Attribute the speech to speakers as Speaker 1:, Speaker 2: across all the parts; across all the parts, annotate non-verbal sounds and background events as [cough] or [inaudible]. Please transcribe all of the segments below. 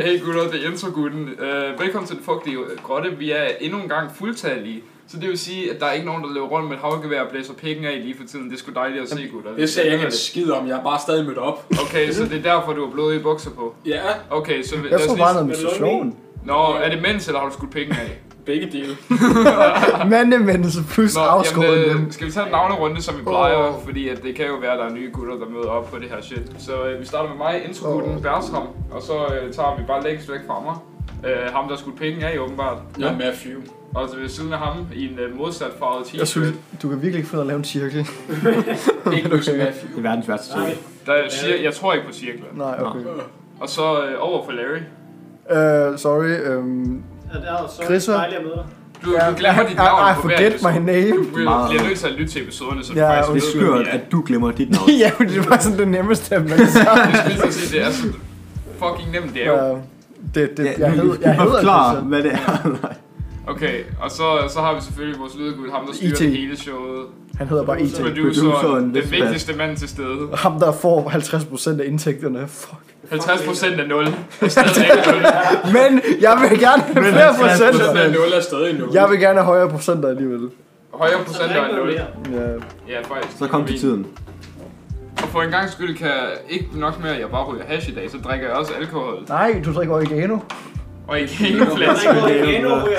Speaker 1: Hey gutter, det er Jens og Gutten. Uh, velkommen til Den Fugtige Grotte. Vi er endnu en gang fuldtallige. Så det vil sige, at der er ikke nogen, der løber rundt med et havgevær og blæser pikken af lige for tiden. Det er sgu dejligt at se, gutter.
Speaker 2: Det sagde jeg ikke en skid om, jeg er bare stadig mødt op.
Speaker 1: Okay, så det er derfor, du har blodige bukser på.
Speaker 2: Ja,
Speaker 1: Okay, så vi-
Speaker 3: Jeg
Speaker 1: lad os
Speaker 3: tror
Speaker 1: lige...
Speaker 3: bare noget med station.
Speaker 1: Nå, er det mens, eller har du skudt pikken
Speaker 3: [laughs]
Speaker 1: af?
Speaker 2: begge dele.
Speaker 3: Mandemændelse plus
Speaker 1: Nå,
Speaker 3: afskåret
Speaker 1: øh,
Speaker 3: mænd.
Speaker 1: skal vi tage en navnerunde, som vi plejer?
Speaker 3: Åh.
Speaker 1: Fordi at det kan jo være, at der er nye gutter, der møder op på det her shit. Så øh, vi starter med mig, introgutten
Speaker 3: Åh.
Speaker 1: Bertram, og så øh, tager vi bare længst væk fra mig. Øh, ham, der skulle pikken af, åbenbart.
Speaker 2: Jeg er Matthew.
Speaker 1: Og så ved siden af ham, i en øh, modsat farvet
Speaker 3: Jeg synes,
Speaker 1: t-shirt,
Speaker 3: du kan virkelig ikke finde ud af at lave en cirkel. [laughs]
Speaker 2: Ikke løs Matthew.
Speaker 4: Det er verdens værste
Speaker 2: Nej.
Speaker 4: cirkel.
Speaker 1: der siger, jeg tror ikke på cirkler.
Speaker 3: Nej, okay.
Speaker 1: Og så øh, over for Larry.
Speaker 3: Øh, sorry. øhm,
Speaker 5: Ja, det er jo så
Speaker 3: Chrisser.
Speaker 5: dejligt at møde dig.
Speaker 1: Du, du glemmer dit
Speaker 3: I,
Speaker 1: navn ligesom.
Speaker 3: I
Speaker 1: på hver
Speaker 3: forget my
Speaker 1: episode.
Speaker 3: name. [laughs]
Speaker 1: Du bliver-
Speaker 4: Meget.
Speaker 1: bliver nødt til at lytte til episoderne, så du
Speaker 3: Ja,
Speaker 1: faktisk
Speaker 4: Det er
Speaker 1: ved, hvem
Speaker 4: skørt,
Speaker 1: de
Speaker 4: at du glemmer dit navn.
Speaker 3: [laughs] ja, men det var sådan det nemmeste, at man kan sige.
Speaker 1: Det skal jeg til at sige, det er så fucking nemt, det er jo.
Speaker 3: Øh, det, det,
Speaker 4: Ja,
Speaker 3: jeg
Speaker 4: nu-
Speaker 3: hedder,
Speaker 4: vi
Speaker 3: jeg
Speaker 4: må
Speaker 3: hedder
Speaker 4: forklare,
Speaker 3: Christian.
Speaker 4: hvad det er. [laughs] Nej.
Speaker 1: Okay, og så, så har vi selvfølgelig vores lydgud, ham der styrer
Speaker 3: IT.
Speaker 1: det hele showet.
Speaker 3: Han hedder bare IT.
Speaker 1: Produceren,
Speaker 4: Produceren,
Speaker 1: den
Speaker 4: Lisbeth.
Speaker 1: vigtigste mand til stede.
Speaker 3: Ham, der får 50% af indtægterne. Fuck.
Speaker 1: 50 procent af 0. Stadig ikke nul.
Speaker 3: Men jeg vil gerne have flere
Speaker 4: 50%
Speaker 3: procenter.
Speaker 2: Den nul er stadig nul.
Speaker 3: Jeg vil gerne have højere procenter alligevel.
Speaker 1: Højere
Speaker 5: Så der
Speaker 1: procent
Speaker 5: er
Speaker 1: af
Speaker 5: ikke
Speaker 1: 0.
Speaker 5: noget mere.
Speaker 3: Ja.
Speaker 1: Ja, faktisk.
Speaker 4: Så kom til tiden.
Speaker 1: Og for en gang skyld kan jeg ikke nok med, at jeg bare ryger hash i dag, så drikker jeg også alkohol.
Speaker 3: Nej, du drikker oregano.
Speaker 1: Og ikke hele
Speaker 5: Der er
Speaker 1: flaske.
Speaker 5: ikke noget igen, og ryger ind.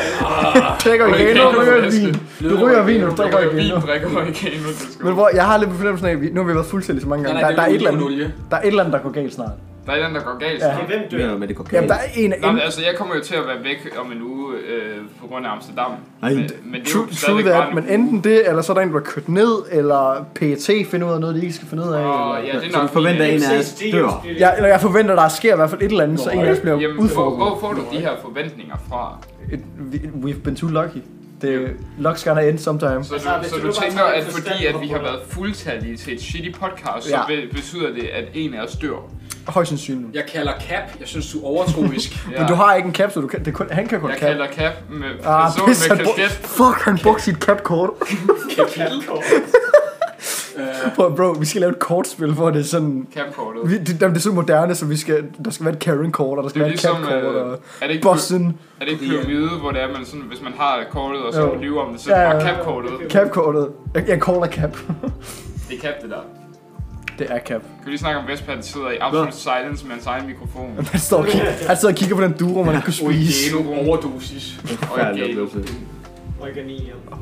Speaker 3: Du drikker
Speaker 1: [laughs]
Speaker 3: oregano,
Speaker 1: Oregano,
Speaker 3: ryger
Speaker 1: flaske.
Speaker 3: vin. Du ryger vin, og du drikker
Speaker 1: Drikker vin,
Speaker 3: oregano.
Speaker 1: drikker oregano, det skal
Speaker 3: Men hvor, jeg har lidt på fornemmelsen af, at vi, nu har vi været fuldstændig så mange gange. Der, der, er et eller andet,
Speaker 2: olie.
Speaker 3: der er et eller andet, der går galt snart.
Speaker 1: Der er den, der går galt.
Speaker 3: Ja.
Speaker 1: Ja.
Speaker 5: Men Ah. Hvem dør?
Speaker 4: men det går
Speaker 3: Jamen,
Speaker 4: galt.
Speaker 3: der er en af
Speaker 1: Nå, men
Speaker 3: en...
Speaker 1: altså, jeg kommer jo til at være væk om en uge øh, på grund af Amsterdam.
Speaker 4: Ej,
Speaker 1: men, men det er
Speaker 3: True,
Speaker 1: jo
Speaker 3: true
Speaker 1: stadigvæk bare
Speaker 3: that,
Speaker 1: en
Speaker 3: men
Speaker 1: uge.
Speaker 3: enten det, eller så er der en, der er kørt ned, eller PET finder ud af noget, de ikke skal finde ud af.
Speaker 1: Og,
Speaker 3: eller...
Speaker 1: ja, det er
Speaker 4: Så
Speaker 1: nok
Speaker 4: du forventer
Speaker 1: fint.
Speaker 4: en af os
Speaker 5: Ses, det er
Speaker 4: dør.
Speaker 5: jo- det er-
Speaker 3: Jeg, eller jeg forventer, der sker i hvert fald et eller andet, så en af os bliver
Speaker 1: Jamen, hvor, hvor
Speaker 3: udfordret.
Speaker 1: får du de her forventninger fra?
Speaker 3: Et, we- we've been too lucky. Det, luck's gonna end sometime.
Speaker 1: Så
Speaker 5: Altså,
Speaker 1: du,
Speaker 5: hvis
Speaker 1: så
Speaker 5: du
Speaker 1: du
Speaker 5: nu bare
Speaker 1: tænker,
Speaker 5: tager
Speaker 1: at
Speaker 5: en
Speaker 1: fordi
Speaker 5: forstand
Speaker 1: at
Speaker 5: på
Speaker 1: vi har
Speaker 5: det.
Speaker 1: været fuldtallige til et shitty podcast, så
Speaker 3: Ja.
Speaker 1: be- betyder det, at en af os dør.
Speaker 3: Højst sandsynligt.
Speaker 2: Jeg kalder cap. Jeg synes, du er overtroisk.
Speaker 1: Ja.
Speaker 3: Men du har ikke en cap, så du kan, det er kun, han kan kun
Speaker 1: Jeg
Speaker 3: cap.
Speaker 1: kalder cap med
Speaker 3: Ah,
Speaker 1: person
Speaker 3: pis,
Speaker 1: med
Speaker 3: han brugte,
Speaker 1: kasket.
Speaker 3: fuck, han brugte sit cap-kort.
Speaker 2: Øh,
Speaker 3: Bro, bro, vi skal lave et kortspil, hvor det er sådan...
Speaker 1: Capkortet.
Speaker 3: Vi, det, jamen, det er så moderne, så vi skal, der skal være et Karen-kort, og der
Speaker 1: Det
Speaker 3: skal
Speaker 1: er jo
Speaker 3: være et
Speaker 1: ligesom,
Speaker 3: cap-kort,
Speaker 1: øh,
Speaker 3: og
Speaker 1: er det ikke,
Speaker 3: Boston,
Speaker 1: er det ikke pyramide, hvor det er, man sådan, hvis man har kortet, og så
Speaker 3: Jo.
Speaker 1: lyver om det, så er det
Speaker 3: Ja,
Speaker 1: bare
Speaker 3: ja.
Speaker 1: capkortet.
Speaker 3: cap-kortet. Jeg, jeg caller cap.
Speaker 1: Det er cap, det der.
Speaker 3: [laughs] Det er cap.
Speaker 1: Kan vi lige snakke om, at Vestpad sidder i absolute silence med hans egen
Speaker 3: [laughs]
Speaker 1: mikrofon?
Speaker 3: Han står og kigger, han sidder og kigger på den duro, man ikke kunne spise.
Speaker 2: oregano overdosis.
Speaker 4: Forfærdelig oplevelse.
Speaker 5: Oregonium.
Speaker 4: Og-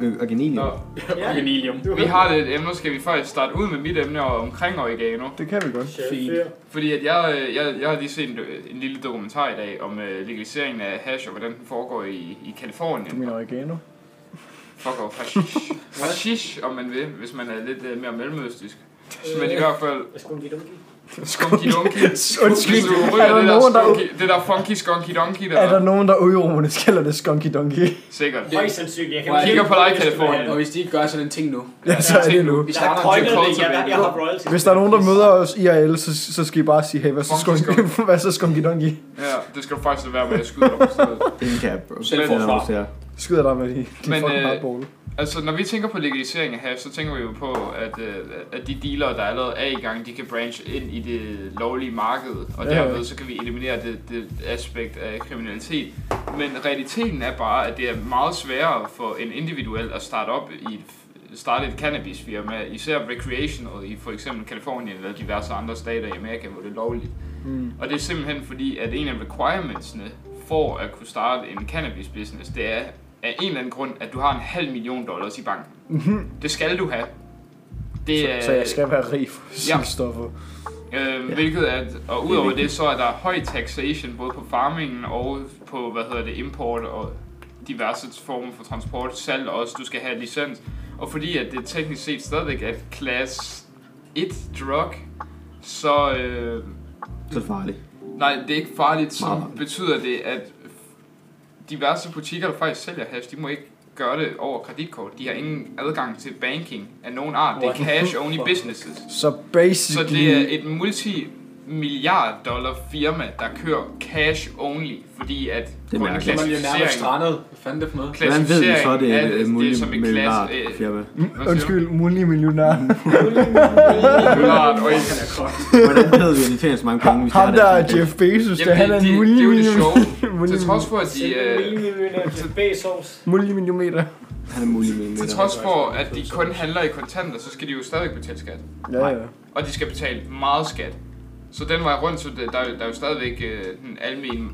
Speaker 4: og- Og genilium.
Speaker 1: Nå,
Speaker 5: Ja,
Speaker 2: Oregano.
Speaker 5: du
Speaker 1: vi har lidt et emne, skal vi faktisk starte ud med mit emne og omkring oregano.
Speaker 3: Det kan vi godt.
Speaker 5: Chef,
Speaker 2: Fint.
Speaker 5: fyr.
Speaker 1: Fordi at jeg, øh, jeg, jeg har lige set en, do- en lille dokumentar i dag om øh, legaliseringen af hash og hvordan den foregår i, i
Speaker 3: Du
Speaker 1: Kalifornien.
Speaker 3: mener oregano?
Speaker 1: Fuck off, [laughs] hashish. hashish, om man vil, hvis man er lidt øh, mere mellemøstisk. Men i hvert fald,
Speaker 5: Hvad skulle hun give dem?
Speaker 1: skunky dunky.
Speaker 3: Undskyld,
Speaker 1: Hvis du ryger
Speaker 3: er der
Speaker 1: det, der
Speaker 3: nogen, der...
Speaker 1: skunky, det der funky skunky donky der,
Speaker 3: Er der nogen, der er uironisk kalder det skunky donky?
Speaker 1: sikkert.
Speaker 5: Højst sandsynligt. Jeg kan
Speaker 2: Jeg
Speaker 1: kigger på dig,
Speaker 5: huske, hvad
Speaker 1: Californien.
Speaker 2: Og hvis de ikke gør sådan en ting nu.
Speaker 3: Ja, så er det nu.
Speaker 2: Vi
Speaker 5: Jeg har
Speaker 2: starter en
Speaker 1: Jack
Speaker 5: krøjtet det. Jeg,
Speaker 1: Colton.
Speaker 5: jeg har royalties.
Speaker 3: Hvis der er nogen, der møder os IRL, så, så skal I bare sige, hey, hvad så
Speaker 1: Funky
Speaker 3: skunky, [laughs] hvad så skunky donky?
Speaker 1: Ja, det skal du faktisk lade være med, jeg skyder dig på stedet.
Speaker 4: Ingen cap, bro.
Speaker 2: Selvforsvar.
Speaker 4: Det er
Speaker 3: Skyder dig med de, de
Speaker 1: Men,
Speaker 3: fucking
Speaker 1: øh,
Speaker 3: hardball.
Speaker 1: Altså, når vi tænker på legalisering af hash, så tænker vi jo på, at, øh, at de dealere, der allerede er i gang, de kan branche ind i det lovlige marked, og
Speaker 3: Ja, ja.
Speaker 1: derved så kan vi eliminere det, det aspekt af kriminalitet. Men realiteten er bare, at det er meget sværere for en individuel at starte op i et starte et cannabisfirma, især recreational i for eksempel Kalifornien eller diverse andre stater i Amerika, hvor det er lovligt.
Speaker 3: Mm.
Speaker 1: Og det er simpelthen fordi, at en af requirementsene for at kunne starte en cannabis business, det er af en eller anden grund, at du har en halv million dollars i banken. Mm-hmm. Det skal du have. Det er,
Speaker 3: Mhm. Så jeg skal være rig for
Speaker 1: ja.
Speaker 3: ja. stoffer.
Speaker 1: Øh, hvilket er, og udover det, så er der høj taxation både på farmingen og på, hvad hedder det, import og diverse former for transport, salg også, du skal have licens. Og fordi at det teknisk set stadigvæk er et class 1 drug, så øh,
Speaker 4: Så farligt.
Speaker 1: Nej, det er ikke farligt. Så
Speaker 4: Meget farligt.
Speaker 1: betyder det, at diverse butikker, der faktisk sælger hash, de må ikke gøre det over kreditkort. De har ingen adgang til banking af nogen art. Det er
Speaker 2: What?
Speaker 1: cash-only
Speaker 2: Fuck.
Speaker 1: businesses.
Speaker 3: Så
Speaker 1: Så
Speaker 3: basically...
Speaker 1: det er et multi milliard dollar firma, der kører cash only, fordi at
Speaker 4: Det mærker jeg.
Speaker 2: Så man bliver nærmest
Speaker 1: klassificering,
Speaker 2: strandet. Hvad fanden er det for noget?
Speaker 4: Hvordan ved vi så, at det
Speaker 1: klassificering af
Speaker 4: er et øh,
Speaker 1: det er som en
Speaker 4: multimillard
Speaker 1: klasse, [laughs] øh,
Speaker 4: firma?
Speaker 1: hvad siger
Speaker 3: Undskyld, multimillionær.
Speaker 1: du? Milliard, og ikke-
Speaker 4: Hvordan ved vi, at de tjener så mange penge, hvis de
Speaker 3: Ham
Speaker 4: har
Speaker 3: der er
Speaker 4: deres-
Speaker 3: Jeff Bezos, der
Speaker 1: Jamen,
Speaker 3: han er
Speaker 1: det,
Speaker 3: en
Speaker 1: det, det, er jo det
Speaker 3: [laughs]
Speaker 1: sjove. Til
Speaker 3: multimillionær.
Speaker 1: trods for, at de, øh,
Speaker 5: Millionær Bezos.
Speaker 3: Multimillioner.
Speaker 4: Han er multimillionær.
Speaker 1: til trods for, at de kun handler i kontanter, så skal de jo stadig betale skat.
Speaker 3: Ja, ja.
Speaker 1: Og de skal betale meget skat. Så den vej rundt, så det, der, er jo- der er jo stadigvæk øh, den almindelige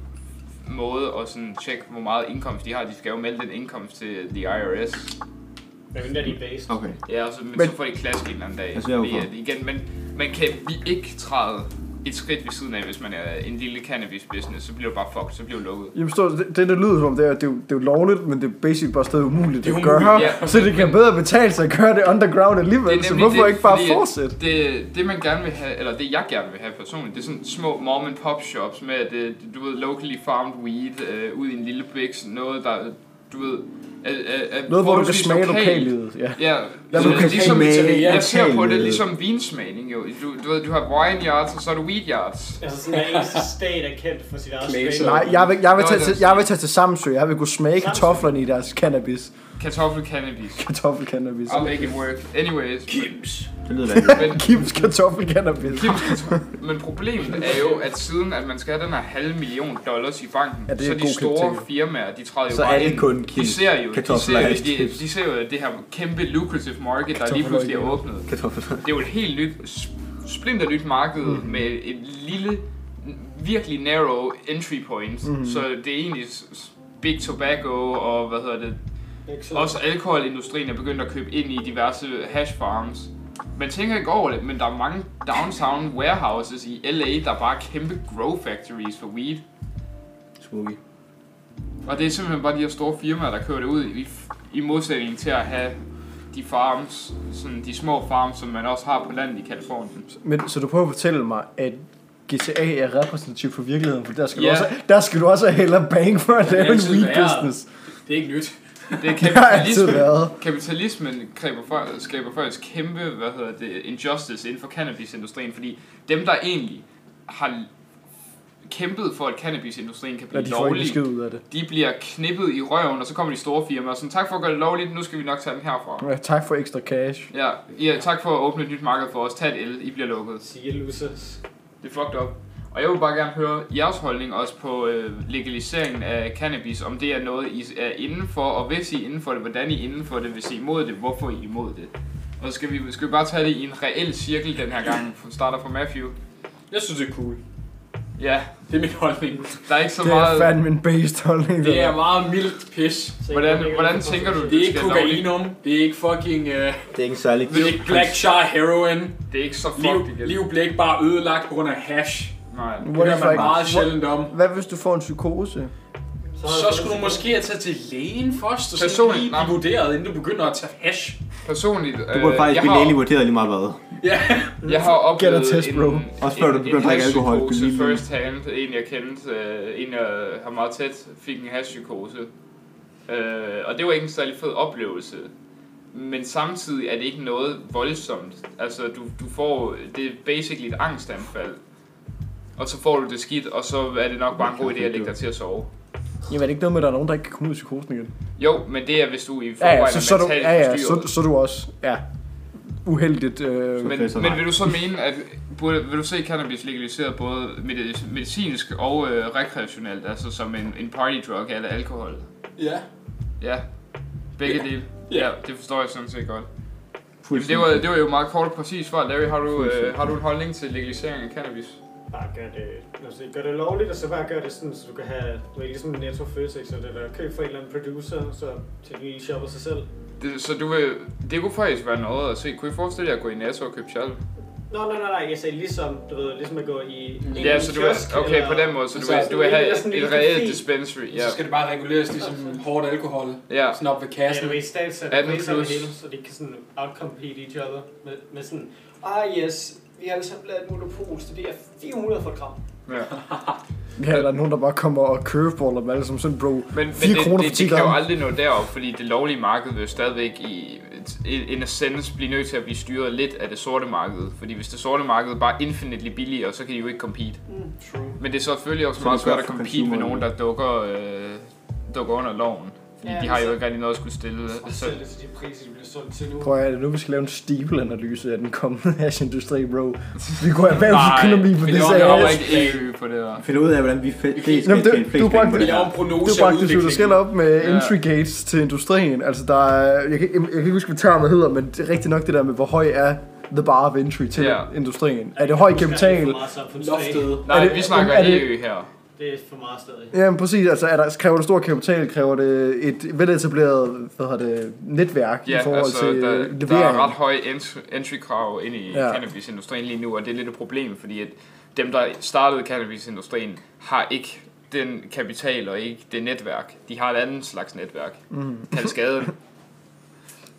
Speaker 1: måde at sådan tjekke, hvor meget indkomst de har. De skal jo melde den indkomst til øh, the IRS.
Speaker 5: Hvad er de based?
Speaker 4: Okay.
Speaker 1: Ja, og så, men,
Speaker 3: Men-
Speaker 1: så får de klask en eller anden dag.
Speaker 4: Altså, jeg er jo
Speaker 1: fordi,
Speaker 4: for.
Speaker 1: at, igen, men man kan vi ikke træde et skridt ved siden af, hvis man er en lille cannabis-business, så bliver du bare fucked, så bliver du lukket.
Speaker 3: Jeg forstår, det, det, der lyder som, om, det er, det er, jo, det er jo lovligt, men det er basically bare stadig umuligt
Speaker 2: Det er
Speaker 3: at
Speaker 2: umuligt,
Speaker 3: gøre.
Speaker 1: ja.
Speaker 3: Så det kan bedre betale sig at gøre det underground
Speaker 1: Det er
Speaker 3: alligevel,
Speaker 1: nemlig
Speaker 3: så altså, hvorfor
Speaker 1: det,
Speaker 3: ikke bare
Speaker 1: fordi at-
Speaker 3: fortsætte?
Speaker 1: Det, det man gerne vil have, eller det jeg gerne vil have personligt, det er sådan små mom and pop shops med, at øh, du ved, locally farmed weed øh, ud i en lille biks, noget der, du ved, er, er, er
Speaker 3: Noget, hvor du kan
Speaker 1: forholdsvis
Speaker 3: smage
Speaker 1: lokalt.
Speaker 3: lokallivet. Ja.
Speaker 1: Ja,
Speaker 2: Lad
Speaker 1: så
Speaker 2: mig kan
Speaker 1: ligesom,
Speaker 2: smage
Speaker 1: jeg ser på det
Speaker 4: lokallivet.
Speaker 1: ligesom vinsmagning jo. Du, du ved, du har wine yards, og så har du weed yards.
Speaker 5: Altså sådan en eneste stat er kendt for sit eget
Speaker 2: Klaser.
Speaker 5: spil.
Speaker 3: Nej, jeg vil, jeg vil,
Speaker 1: Nå,
Speaker 3: tage,
Speaker 1: det er
Speaker 3: til, jeg vil tage til Samsø. Jeg vil kunne smage
Speaker 5: Samsø.
Speaker 3: kartoflerne i deres cannabis.
Speaker 1: Kartoffel cannabis.
Speaker 3: Kartoffelcannabis.
Speaker 1: I'll make it work. Anyways.
Speaker 2: Kims.
Speaker 4: Det lyder
Speaker 1: [laughs]
Speaker 4: vanvittigt.
Speaker 1: Men,
Speaker 3: Kims kartoffelcannabis.
Speaker 1: Kims kartoffel. Men problemet er jo, at siden at man skal have den her halv million dollars i banken,
Speaker 3: Ja, det er
Speaker 1: så
Speaker 3: en
Speaker 1: de
Speaker 3: god
Speaker 1: store
Speaker 3: klip,
Speaker 1: firmaer, de træder jo
Speaker 4: Så
Speaker 1: bare
Speaker 4: er det
Speaker 1: ind.
Speaker 4: kun
Speaker 1: de
Speaker 4: Kims
Speaker 1: ser jo, de
Speaker 4: kartofler
Speaker 1: ser jo,
Speaker 4: og ikke
Speaker 1: de,
Speaker 4: Kims.
Speaker 1: de ser jo det her kæmpe lucrative marked, der lige
Speaker 3: Kartofler
Speaker 1: pludselig er
Speaker 3: igen.
Speaker 1: åbnet.
Speaker 4: Kartoffel.
Speaker 1: Det er jo et helt nyt, s- splinter nyt marked
Speaker 3: Mm-hmm.
Speaker 1: med et lille, virkelig narrow entry point.
Speaker 3: Mhm.
Speaker 1: Så det er egentlig s- s- big tobacco og hvad hedder det,
Speaker 5: Ikke så-
Speaker 1: også alkoholindustrien er begyndt at købe ind i diverse hash farms. Man tænker ikke over det, men der er mange downtown warehouses i LA, der er bare kæmpe grow factories for weed.
Speaker 4: Spooky.
Speaker 1: Og det er simpelthen bare de her store firmaer, der kører det ud i, i modsætning til at have de farms, sådan de små farms, som man også har på landet i Kalifornien.
Speaker 3: Men, så du prøver at fortælle mig, at GTA er repræsentativ for virkeligheden, for der skal,
Speaker 1: Ja.
Speaker 3: du, også, der skal du også have hellere bang for at
Speaker 2: Det har
Speaker 3: lave en
Speaker 2: altid
Speaker 3: weed
Speaker 2: været.
Speaker 3: business.
Speaker 2: Det er ikke nyt.
Speaker 1: Det er
Speaker 3: [laughs] Det har altid
Speaker 1: kapitalismen.
Speaker 3: været.
Speaker 1: Kapitalismen kræver for, skaber faktisk kæmpe, hvad hedder det, injustice inden for cannabisindustrien, fordi dem, der egentlig har kæmpet for, at cannabisindustrien kan
Speaker 3: Ja,
Speaker 1: blive
Speaker 3: de får ikke en
Speaker 1: lovlig,
Speaker 3: skid ud af det.
Speaker 1: de bliver knippet i røven, og så kommer de store firmaer, sådan, tak for at gøre det lovligt, nu skal vi nok tage den herfra.
Speaker 3: Ja, tak for ekstra cash.
Speaker 1: Ja, ja, tak for at åbne et nyt marked for os. Tag et el, I bliver lukket.
Speaker 5: Sige losers.
Speaker 1: Det er fucked up. Og jeg vil bare gerne høre jeres holdning også på øh, legaliseringen af cannabis, om det er noget, I er inden for, og hvis I er inden for det, hvordan I er inden for det, hvis I er imod det, hvorfor I er imod det. Og så skal vi, skal vi bare tage det i en reel cirkel den her gang, for starter fra Matthew.
Speaker 2: Jeg synes, det er cool.
Speaker 1: Ja,
Speaker 2: Det er min holdning.
Speaker 1: der er ikke så
Speaker 3: Det er
Speaker 1: meget...
Speaker 3: fandme en based holdning.
Speaker 2: Det
Speaker 3: der.
Speaker 2: er meget mildt pis.
Speaker 5: Så
Speaker 1: Hvordan-
Speaker 5: ikke-
Speaker 1: hvordan tænker du
Speaker 2: Det er ikke
Speaker 1: Skal jeg lovligt?
Speaker 2: kokainum. Det er ikke fucking... øh,
Speaker 4: Det er ikke en særlig
Speaker 2: det er ikke black char heroin.
Speaker 1: Det er ikke så fucked
Speaker 2: Liv,
Speaker 1: igen.
Speaker 2: liv blev ikke bare ødelagt på grund af hash.
Speaker 1: Nej.
Speaker 2: Det
Speaker 3: What
Speaker 2: hører
Speaker 3: if
Speaker 2: man
Speaker 3: I-
Speaker 2: meget
Speaker 3: what-
Speaker 2: sjældent om.
Speaker 3: Hvad hvis du får en psykose?
Speaker 5: har
Speaker 2: Så
Speaker 5: jeg
Speaker 2: skulle du måske have taget til lægen først, og så
Speaker 1: Personligt,
Speaker 2: lige
Speaker 1: nej.
Speaker 2: blive vurderet, inden du begynder at tage hash.
Speaker 1: Personligt, øh,
Speaker 4: Du burde faktisk
Speaker 1: jeg,
Speaker 4: blive lægelig
Speaker 1: har,
Speaker 4: vurderet lige meget hvad.
Speaker 2: Ja.
Speaker 1: jeg har
Speaker 3: Get a
Speaker 1: oplevet
Speaker 3: test, bro.
Speaker 1: en,
Speaker 4: Også før du begynder at drikke alkohol,
Speaker 1: hashpsykose
Speaker 4: du lige-
Speaker 1: first hand, en jeg kendte, øh, en jeg har meget tæt, fik en hashpsykose. Øh, og det var ikke en særlig fed oplevelse. Men samtidig er det ikke noget voldsomt. Altså, du, du får, det er basically et angstanfald. Og så får du det skidt, og så er det nok bare en god idé at lægge dig til at sove.
Speaker 3: Jamen er det ikke noget med, at der er nogen, der ikke kan komme ud af psykosen igen?
Speaker 1: Jo, men det er, hvis du i
Speaker 3: Ja,
Speaker 1: forvejen
Speaker 3: ja, så, så,
Speaker 1: er
Speaker 3: er du,
Speaker 1: mentalt
Speaker 3: ja, ja,
Speaker 1: forstyrret.
Speaker 3: så, så er du også ja, uheldigt. Øh,
Speaker 1: Men,
Speaker 4: Professor,
Speaker 1: men
Speaker 4: nej.
Speaker 1: vil du så mene, at burde, vil du se cannabis legaliseret både medi- medicinsk og øh, rekreationelt, altså som en, en party drug eller alkohol?
Speaker 2: Ja.
Speaker 1: Ja, begge
Speaker 2: Ja.
Speaker 1: dele.
Speaker 2: Ja.
Speaker 1: Ja, det forstår jeg sådan set godt. Jamen, det, var, det var jo meget kort og præcist svar. Larry, har du, øh, har du en holdning til legalisering af cannabis?
Speaker 5: Bare gør det, altså, gør det lovligt, og så bare gør det sådan, så du kan have, du ved, ligesom Netto Føtex, eller der køb fra en eller anden producer, så til du lige shopper sig selv.
Speaker 1: Det, så du vil, det kunne faktisk være noget at se. Kunne I forestille jer at gå i Netto og købe chal?
Speaker 5: Nå, nej, nej, nej, jeg sagde ligesom, du ved, ligesom at gå i en
Speaker 1: Ja, så du vil,
Speaker 5: kiosk,
Speaker 1: okay,
Speaker 5: eller-
Speaker 1: på den måde, så du
Speaker 2: Altså,
Speaker 1: vil, du vil have
Speaker 5: det er sådan en
Speaker 1: et
Speaker 5: lille
Speaker 1: reelt
Speaker 5: café.
Speaker 1: dispensary. Ja,
Speaker 2: Så skal det bare reguleres ligesom hårdt alkohol.
Speaker 1: ja.
Speaker 2: Sådan op ved
Speaker 5: Ja,
Speaker 2: kassen.
Speaker 5: du ved, statssat
Speaker 1: Atten
Speaker 5: priser over
Speaker 1: plus.
Speaker 5: det hele, så de kan sådan outcompete each other med, med sådan, ah yes, vi har alle sammen lavet et monopol, så det er 400 for et gram.
Speaker 1: ja.
Speaker 3: ja, eller nogen, der bare kommer og curveballer dem alle som sådan, bro.
Speaker 1: Men, men
Speaker 3: Fire
Speaker 1: det,
Speaker 3: kroner
Speaker 1: det,
Speaker 3: for
Speaker 1: det,
Speaker 3: ti
Speaker 1: kan jo
Speaker 3: gram.
Speaker 1: aldrig nå derop, fordi det lovlige marked vil jo stadigvæk i in a sense blive nødt til at blive styret lidt af det sorte marked. Fordi hvis det sorte marked bare er infinitely billigere, så kan de jo ikke compete.
Speaker 5: True.
Speaker 1: Men det er selvfølgelig også
Speaker 4: Så
Speaker 1: meget
Speaker 4: det er godt
Speaker 1: svært at
Speaker 4: for
Speaker 1: compete med
Speaker 4: consumeren.
Speaker 1: nogen, der dukker, øh, dukker under loven. Fordi
Speaker 6: Ja,
Speaker 1: de har jo
Speaker 6: så-
Speaker 1: ikke rigtig noget at skulle stille. Så,
Speaker 5: Selv til de priser, de bliver solgt til nu.
Speaker 3: Prøv at høre, er det nu, vi skal lave en steeple-analyse af den kommende [laughs] hashindustri, bro. Vi kunne erhvervsøkonomi på
Speaker 1: vi
Speaker 3: det
Speaker 1: laver-
Speaker 3: sag.
Speaker 1: vi laver
Speaker 2: seriøst.
Speaker 1: ikke EU på det der.
Speaker 4: Find ud af, hvordan vi fe- flest
Speaker 3: Nå, men det-
Speaker 4: kan tjene
Speaker 3: du
Speaker 4: flest
Speaker 3: bragte
Speaker 4: penge på
Speaker 2: Vi
Speaker 4: det
Speaker 2: laver
Speaker 4: her.
Speaker 2: en prognose
Speaker 3: Du bragte det, der skal op med
Speaker 1: Ja.
Speaker 3: entry gates til industrien. Altså, der er, jeg, kan, jeg kan ikke huske, hvad termen hedder, men det er rigtigt nok det der med, hvor høj er the bar of entry til
Speaker 1: Ja.
Speaker 3: industrien. Er det høj kapital?
Speaker 2: Loftet.
Speaker 1: Nej,
Speaker 3: Er det-
Speaker 1: vi snakker
Speaker 3: er det-
Speaker 1: EU her.
Speaker 5: Det er for meget stadig.
Speaker 3: Jamen præcis, altså er der, kræver det stor kapital, kræver det et veletableret hvad hedder det, netværk i
Speaker 1: Ja,
Speaker 3: forhold
Speaker 1: altså,
Speaker 3: til øh,
Speaker 1: der, der
Speaker 3: levering.
Speaker 1: er ret høje ent- entry-krav ind i
Speaker 3: Ja.
Speaker 1: ja. cannabisindustrien lige nu, og det er lidt et problem, fordi at dem, der startede cannabisindustrien, har ikke den kapital og ikke det netværk. De har et andet slags netværk,
Speaker 3: Mm.
Speaker 1: kaldt
Speaker 3: [laughs]
Speaker 1: skaden.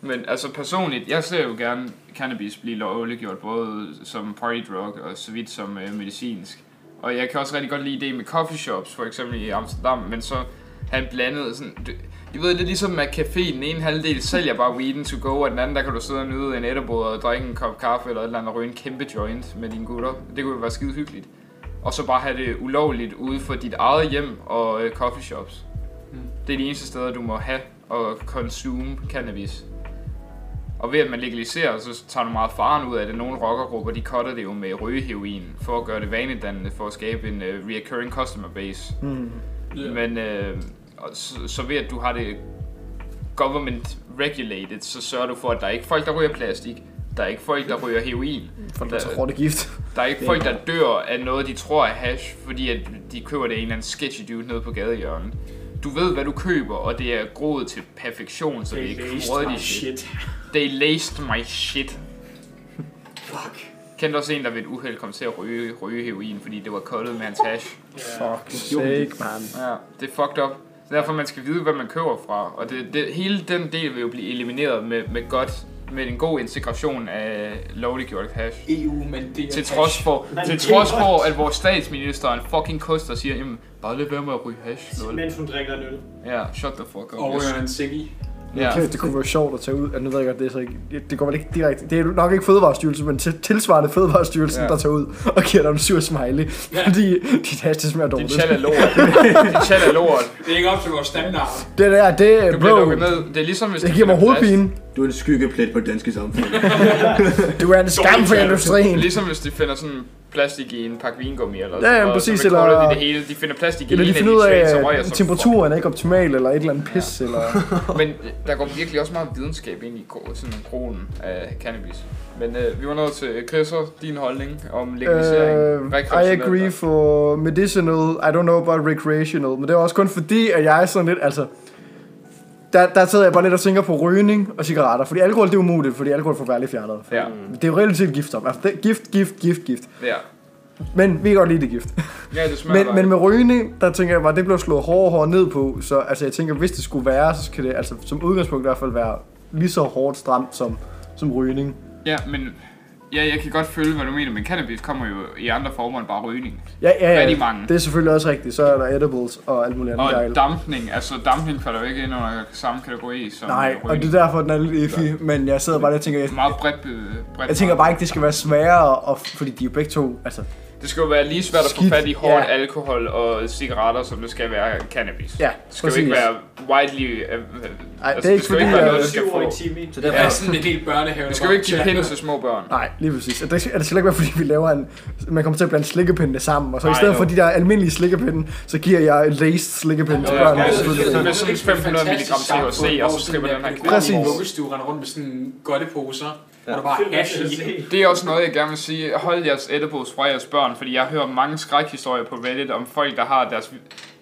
Speaker 1: Men altså personligt, jeg ser jo gerne cannabis blive lovliggjort, både som party drug og så vidt som øh, medicinsk. Og jeg kan også rigtig godt lide det med coffee shops, for eksempel i Amsterdam, men så han blandede sådan... Du, I ved, det er ligesom at caféen, den ene halvdel sælger bare weeden to go, og den anden, der kan du sidde og nyde en edible og drikke en kop kaffe eller et eller andet, og ryge en kæmpe joint med dine gutter. Det kunne jo være skide hyggeligt. Og så bare have det ulovligt ude for dit eget hjem og øh, coffee shops.
Speaker 2: Mm.
Speaker 1: Det er de eneste steder, du må have og consume cannabis. Og ved at man legaliserer, så tager du meget faren ud af det. Nogle rockergrupper, de cutter det jo med rygeheroin, for at gøre det vanedannende, for at skabe en uh, reoccurring customer base.
Speaker 3: Mm.
Speaker 1: Yeah. Men øh, og så, så ved at du har det government regulated, så sørger du for, at der er ikke folk, der ryger plastik. Der er ikke folk, der ryger heroin.
Speaker 3: For det
Speaker 1: Der-
Speaker 3: er så rottegift.
Speaker 1: Der er ikke folk, der dør af noget, de tror er hash, fordi at de køber det af en eller anden sketchy dude nede på gadehjørnet. Du ved, hvad du køber, og det er groet til perfektion, så det er cruddy shit. They laced my shit. Fuck. Kendte også en, der ved et uheld kom til at ryge, ryge heroin, fordi det var kottet med hans hash.
Speaker 3: Fuck sake, man.
Speaker 1: Ja, det er fucked up. Så derfor man skal vide, hvad man køber fra. Og det, det, hele den del vil jo blive elimineret med, med godt med en god integration af lovliggjort hash.
Speaker 2: EU, E men det er
Speaker 1: Til trods for,
Speaker 5: Nej,
Speaker 1: til
Speaker 5: det er
Speaker 1: trods
Speaker 5: godt.
Speaker 1: for at vores statsminister er en fucking koster siger, jamen, bare lad være med at ryge hash, lol.
Speaker 5: Mens hun drikker en øl.
Speaker 1: Ja, shut the fuck up.
Speaker 2: Og
Speaker 1: yes.
Speaker 2: øh, en singi.
Speaker 1: Ja.
Speaker 3: Kæft, det kunne være sjovt at tage ud. Ja, nu ved jeg godt, det er så ikke, det, det går vel ikke direkte. Det er nok ikke Fødevarestyrelsen, men til- tilsvarende Fødevarestyrelsen,
Speaker 1: Ja.
Speaker 3: der tager ud og giver dig en sur smiley,
Speaker 2: Ja.
Speaker 3: fordi dit hash, det smager
Speaker 1: Din
Speaker 3: dårligt.
Speaker 1: chat er lort. Din chat er lort.
Speaker 3: [laughs]
Speaker 2: Det er ikke op til vores standard.
Speaker 3: Det der,
Speaker 1: Du
Speaker 3: det,
Speaker 1: bliver
Speaker 3: bro,
Speaker 1: lukket ned. Det er ligesom, hvis
Speaker 3: det
Speaker 1: du
Speaker 3: giver mig
Speaker 1: finder plast-
Speaker 3: hovedpine.
Speaker 4: Du er en skyggeplet på det danske samfund.
Speaker 3: Du er en skam for
Speaker 2: chat.
Speaker 3: industrien.
Speaker 1: Ligesom hvis de finder sådan plastik i en pakke vingummi eller
Speaker 3: Ja, ja,
Speaker 1: noget,
Speaker 3: præcis,
Speaker 1: så recorder
Speaker 3: eller-
Speaker 1: de det hele. De finder plastik i
Speaker 3: Eller de
Speaker 1: en
Speaker 3: finder ud af,
Speaker 1: trades, og røg, og
Speaker 3: at
Speaker 1: så
Speaker 3: temperaturen er ikke optimal, eller et eller andet pis, eller...
Speaker 1: fuck. [laughs] Men øh, der går virkelig også meget videnskab ind i gro- sådan en kronen af cannabis. Men øh, vi var nået til Chrisser, din holdning om legalisering.
Speaker 3: Øh, I
Speaker 1: rekreationelt.
Speaker 3: agree for medicinal, I don't know about recreational, men det er også kun fordi, at jeg er sådan lidt, altså... Der, der sidder jeg bare lidt og tænker på rygning og cigaretter, fordi alkohol det er umuligt, fordi alkohol er forfærdeligt fjernet.
Speaker 1: Ja,
Speaker 3: Det er jo reelt set gift om. Altså, det, gift, gift, gift, gift.
Speaker 1: ja.
Speaker 3: Men vi kan godt lide det gift.
Speaker 1: ja, [laughs] det smager
Speaker 3: Men, men med rygning, der tænker jeg bare, det bliver slået hårdere og hårdere ned på. Så altså, jeg tænker, hvis det skulle være, så skal det altså, som udgangspunkt i hvert fald være lige så hårdt stramt som, som rygning.
Speaker 1: Ja, men ja, jeg kan godt følge, hvad du mener, men cannabis kommer jo i andre former end bare rygning.
Speaker 3: Ja, ja, ja.
Speaker 1: Rigtig mange.
Speaker 3: Det er selvfølgelig også rigtigt. Så er der edibles og alt muligt andet. gejl.
Speaker 1: Og dampning, altså dampning falder jo ikke ind under samme kategori som
Speaker 3: Nej,
Speaker 1: rygning.
Speaker 3: og det er derfor, den er lidt iffy, men jeg sidder bare og tænker, jeg,
Speaker 1: meget bredt, øh, bredt
Speaker 3: jeg tænker bare ikke, det skal være sværere, og, fordi de er jo begge to, altså,
Speaker 1: Det skal jo være lige svært at få
Speaker 3: Skidt,
Speaker 1: fat i hårdt
Speaker 3: ja.
Speaker 1: alkohol og cigaretter, som det skal være cannabis.
Speaker 3: ja,
Speaker 1: Det skal jo ikke være widely... Øh, øh,
Speaker 3: Ej, det er ikke
Speaker 1: skal jo
Speaker 3: fordi, øh,
Speaker 1: være
Speaker 3: at-
Speaker 1: noget, du skal
Speaker 5: Syv år
Speaker 1: få.
Speaker 5: i timen.
Speaker 4: Så
Speaker 2: Det
Speaker 4: derfor
Speaker 2: er sådan en helt børnehave.
Speaker 1: Vi
Speaker 2: der
Speaker 1: skal jo
Speaker 2: bare-
Speaker 1: ikke give pinde til små børn.
Speaker 3: Nej, lige præcis. Og det, skal- og det skal ikke være, fordi vi laver en... Man kommer til at blande slikkepindene sammen, og så
Speaker 1: Ej,
Speaker 3: i stedet
Speaker 1: jo.
Speaker 3: for de der almindelige slikkepinde, så giver jeg en laced slikkepinde til
Speaker 1: Ja,
Speaker 3: børnene.
Speaker 1: ja, ja.
Speaker 3: selvfølgelig.
Speaker 1: Det er sådan 500 milligram THC, og så skriver den her kvinde.
Speaker 3: Præcis.
Speaker 2: Præcis. Vuggestue render rundt med sådan godteposer, hvor der bare er hash i.
Speaker 1: Det er også noget, jeg gerne vil sige. Hold jeres edibles fra jeres børn, fordi jeg hører mange skrækhistorier på Reddit om folk, der har deres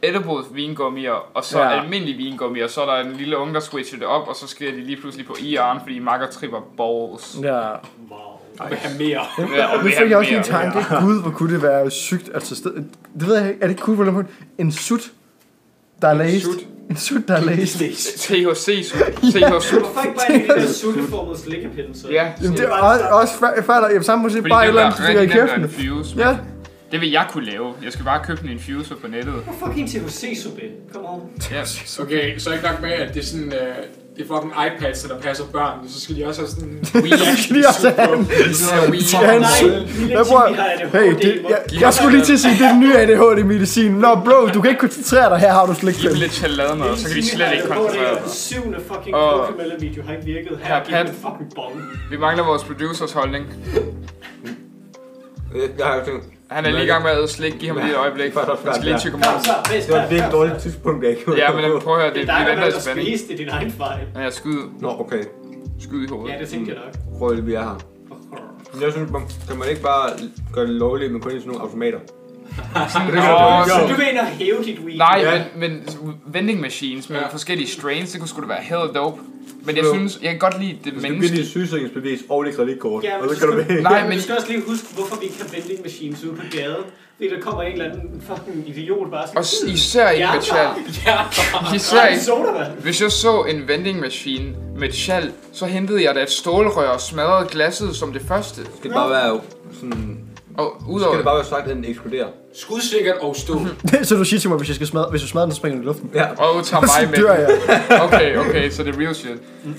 Speaker 1: edibles vingummier, og så
Speaker 3: Ja.
Speaker 1: ja. almindelige vingummier, og så er der en lille unge, der switcher det op, og så skriger de lige pludselig på IR'en, fordi makker tripper balls.
Speaker 3: Ja.
Speaker 5: Wow.
Speaker 2: Og vil have mere.
Speaker 1: Ja,
Speaker 3: Nu fik jeg også lige en tanke. Gud, hvor kunne det være sygt. Altså, sted, det ved jeg ikke. Er det ikke cool på den måde? En sut, der er laced.
Speaker 1: sut?
Speaker 3: En sut, der er laced.
Speaker 1: THC, THC,
Speaker 5: Hvorfor ikke bare en lille sulteformet slikkepinde, så?
Speaker 1: ja.
Speaker 3: Jamen, det
Speaker 1: sådan.
Speaker 3: er også, også fa- falder. Jamen, samme musik.
Speaker 1: Fordi
Speaker 3: Bare et
Speaker 1: det
Speaker 3: eller
Speaker 1: er
Speaker 3: andet, du stikker i
Speaker 1: rigtig nemt at
Speaker 3: kæften.
Speaker 1: infuse.
Speaker 3: Ja.
Speaker 1: Det vil jeg kunne lave. Jeg skal bare købe en infuser
Speaker 3: [laughs]
Speaker 1: på nettet.
Speaker 5: Fucking THC-suppe. Kom on.
Speaker 1: Ja.
Speaker 2: Okay, så ikke nok med, at det er sådan, øh, det er fucking iPads, der passer børn, så skal de også have sådan en
Speaker 3: [laughs] Så skal de også have en- have en
Speaker 2: Wii-action.
Speaker 3: sø- Hvad, bror? Hey, det, jeg, jeg skulle lige til at sige, det er den nye ADHD-medicin. Nå, bro, du kan ikke koncentrere dig her, har du slik
Speaker 1: Giv dem lidt chokolade med, så kan de slet ikke koncentrere
Speaker 5: Den
Speaker 1: sig.
Speaker 5: syvende fucking
Speaker 1: Og-
Speaker 5: Pokémon-video har ikke virket.
Speaker 1: Her,
Speaker 5: Her, giv den
Speaker 1: Pat.
Speaker 5: en fucking bong.
Speaker 1: Vi mangler vores producers holdning.
Speaker 6: Øh, Jeg har jo tænkt,
Speaker 1: Han er lige i gang med at æde slik. Giv ham lige et øjeblik. Han skal lige tykke
Speaker 5: Kom
Speaker 1: mig.
Speaker 5: så, bedst.
Speaker 6: det var et virkelig dårligt tidspunkt, jeg ikke kunne
Speaker 1: Ja, men prøv at høre, det,
Speaker 5: Det
Speaker 1: vi
Speaker 5: er dig,
Speaker 1: venter
Speaker 5: der
Speaker 1: i spænding.
Speaker 5: spiste i din egen fejl.
Speaker 1: Ja, skyd,
Speaker 6: Nå, okay.
Speaker 1: skyd i
Speaker 5: Ja,
Speaker 1: hovedet.
Speaker 5: det tænkte jeg nok.
Speaker 6: Prøv at vi er her. Men jeg synes, man, kan man ikke bare gøre det lovligt, men kun i sådan nogle automater?
Speaker 1: Åh,
Speaker 5: Så
Speaker 1: så-
Speaker 5: du mener at hæve dit weed?
Speaker 1: Nej,
Speaker 6: Ja.
Speaker 1: men, men vending machines med
Speaker 2: Ja.
Speaker 1: forskellige strains, det kunne sgu da være helt dope. Men jeg
Speaker 6: Jo.
Speaker 1: synes, jeg kan godt lide det
Speaker 6: Du skal give
Speaker 1: menneske.
Speaker 6: dit sygesikringsbevis og dit kreditkort,
Speaker 5: Ja,
Speaker 6: og så
Speaker 5: men
Speaker 6: kan du
Speaker 5: så skal-
Speaker 6: vælge.
Speaker 1: Nej,
Speaker 5: Nej, men...
Speaker 1: men-
Speaker 5: Du skal også lige huske, hvorfor vi ikke har vending machines ude på gaden. Fordi der kommer en eller anden fucking idiot bare sådan...
Speaker 1: Og s- især ikke med chal.
Speaker 2: Hmm. Ja, [laughs]
Speaker 1: Især
Speaker 5: en
Speaker 1: ikke.
Speaker 5: sodavand.
Speaker 1: Hvis jeg så en vending machine med et chal, så hentede jeg da et stålrør og smadrede glasset som det første.
Speaker 6: Det kan bare være sådan...
Speaker 1: Og
Speaker 6: Så
Speaker 1: udover
Speaker 6: kan det bare være sagt, at den eksploderer.
Speaker 2: skudsikkert og
Speaker 3: [laughs]
Speaker 2: stå.
Speaker 3: Så du siger til mig, hvis, jeg skal smadre, hvis du smadrer den, så springer den i luften.
Speaker 6: Ja, [laughs]
Speaker 1: Og tager
Speaker 3: [laughs] Så
Speaker 1: mig med.
Speaker 3: dør jeg.
Speaker 1: Okay, okay, så det er real shit.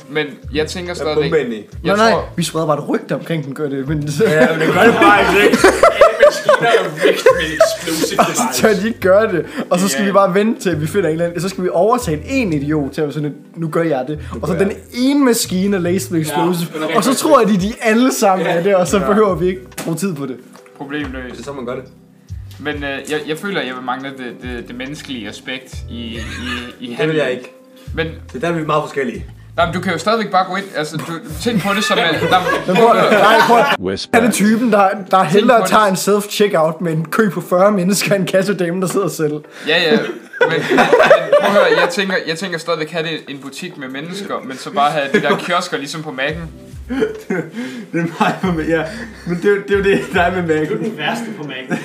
Speaker 1: Men jeg tænker
Speaker 6: jeg er
Speaker 1: stadigvæk...
Speaker 6: bombe ind i.
Speaker 3: Nej,
Speaker 1: Jeg
Speaker 3: nej,
Speaker 1: tror,
Speaker 3: vi spreder bare et rygte omkring den, gør det. Men så,
Speaker 6: Ja, men det gør det bare ikke.
Speaker 2: Maskiner er jo vækst med explosive
Speaker 3: [laughs] så
Speaker 2: device.
Speaker 3: tør de ikke gøre det. Og så skal
Speaker 1: Ja.
Speaker 3: vi bare vente til, at vi finder en eller anden. Så skal vi overtale en idiot til at være sådan, et, nu gør jeg det. Og så
Speaker 6: gør jeg
Speaker 3: den ene maskine er laced med
Speaker 2: den er
Speaker 3: explosive.
Speaker 2: rigtig
Speaker 3: Og så
Speaker 2: rigtig.
Speaker 3: tror jeg, de, de alle sammen
Speaker 2: Ja.
Speaker 3: er det, og så behøver vi ikke bruge tid på det.
Speaker 6: Det
Speaker 1: problemløst.
Speaker 6: er så, man gør det.
Speaker 1: Men øh, jeg, jeg føler, at jeg vil mangle det, det, det menneskelige aspekt i, i, i
Speaker 6: Det vil
Speaker 1: handel.
Speaker 6: jeg ikke.
Speaker 1: Men,
Speaker 6: Så der er vi meget forskellige.
Speaker 1: nej, men du kan jo stadigvæk bare gå ind. Altså, du, tænk på det som... at- nej, men-
Speaker 3: Men prøv, at- nej, prøv, at-
Speaker 7: Whisper.
Speaker 3: er det typen, der, der hellere
Speaker 1: på
Speaker 3: tager
Speaker 1: det.
Speaker 3: en self-checkout med en kø på 40 mennesker, end en kassedame, der sidder selv?
Speaker 1: Ja, ja. Men, men prøv at høre, jeg tænker, jeg tænker stadigvæk have det en butik med mennesker, men så bare have de der kiosker ligesom på Mac'en.
Speaker 4: Det er meget for mig, ja. Men det, er jo- det er jo det, der er med
Speaker 5: Du er
Speaker 4: Mac.
Speaker 5: den værste på Mac.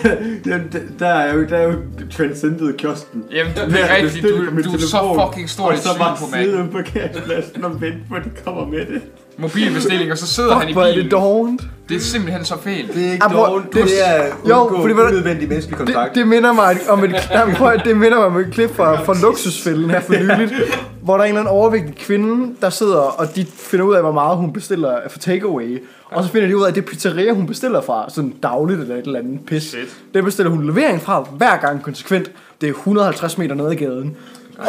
Speaker 4: Det er- det- Der er jo, der er jo transcendet kiosten.
Speaker 1: Jamen, det er rigtigt. Du, du er så fucking stor
Speaker 4: Og
Speaker 1: et
Speaker 4: så
Speaker 1: syn
Speaker 4: bare
Speaker 1: på
Speaker 4: sidde
Speaker 1: Mac'en.
Speaker 4: ude på kærespladsen og vente på, at de kommer med det.
Speaker 1: Mobilbestilling, og så sidder han i
Speaker 3: Fuck, hvor er det
Speaker 1: bilen.
Speaker 3: dovent.
Speaker 1: Det er simpelthen så fælt.
Speaker 6: Det er ikke
Speaker 3: Ah, prøv,
Speaker 6: dårligt.
Speaker 3: det-
Speaker 6: Det er
Speaker 3: Jo,
Speaker 6: undgå
Speaker 3: fordi hvordan-
Speaker 6: unødvendig menneskelig
Speaker 3: Det,
Speaker 6: kontakt.
Speaker 3: det minder mig om et, jamen, prøv, at- det minder mig om et klip fra, fra luksusfælden her for nyligt, hvor der er en eller anden overvægtig kvinde, der sidder, og de finder ud af, hvor meget hun bestiller for takeaway. Og så finder de ud af, at det pizzeria, hun bestiller fra, sådan dagligt eller et eller andet pis,
Speaker 1: Fedt.
Speaker 3: det bestiller hun levering fra hver gang konsekvent. Det er 150 meter ned ad gaden.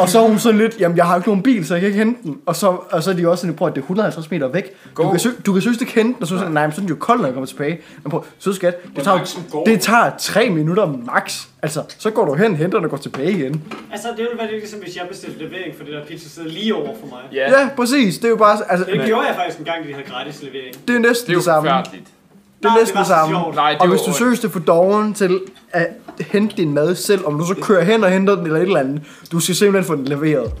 Speaker 3: Og så er hun sådan lidt, jamen jeg har ikke nogen bil, så jeg kan ikke hente den. Og så, og så er de også sådan, prøv at det er 150 meter væk. Du
Speaker 1: Gå.
Speaker 3: kan, sø, du kan søge ikke hente den, og så er hun sådan, nej, men så er den jo kold, når jeg kommer tilbage. Men prøv, søde skat, det tager,
Speaker 2: langt går
Speaker 3: jo- det tager tre minutter max. Altså, så går du hen, henter den og går tilbage igen.
Speaker 5: Altså, det ville være lidt ligesom, hvis jeg bestilte levering for det der pizza sidder lige over for mig.
Speaker 1: Ja,
Speaker 3: Ja, præcis. Det er jo bare, altså,
Speaker 5: Det gjorde jeg faktisk en gang, da de havde gratis levering.
Speaker 3: det er
Speaker 1: det
Speaker 3: næsten
Speaker 1: er jo
Speaker 3: det samme.
Speaker 1: forfærdeligt.
Speaker 3: Det er
Speaker 5: Nej,
Speaker 3: næsten
Speaker 5: var
Speaker 3: det
Speaker 5: så
Speaker 3: samme.
Speaker 5: sjovt.
Speaker 1: Nej, det er
Speaker 3: Og
Speaker 1: jo
Speaker 3: hvis du
Speaker 1: ondt.
Speaker 3: seriøst er for doven til at hente din mad selv, om du så kører hen og henter den eller et eller andet, du skal simpelthen få den leveret.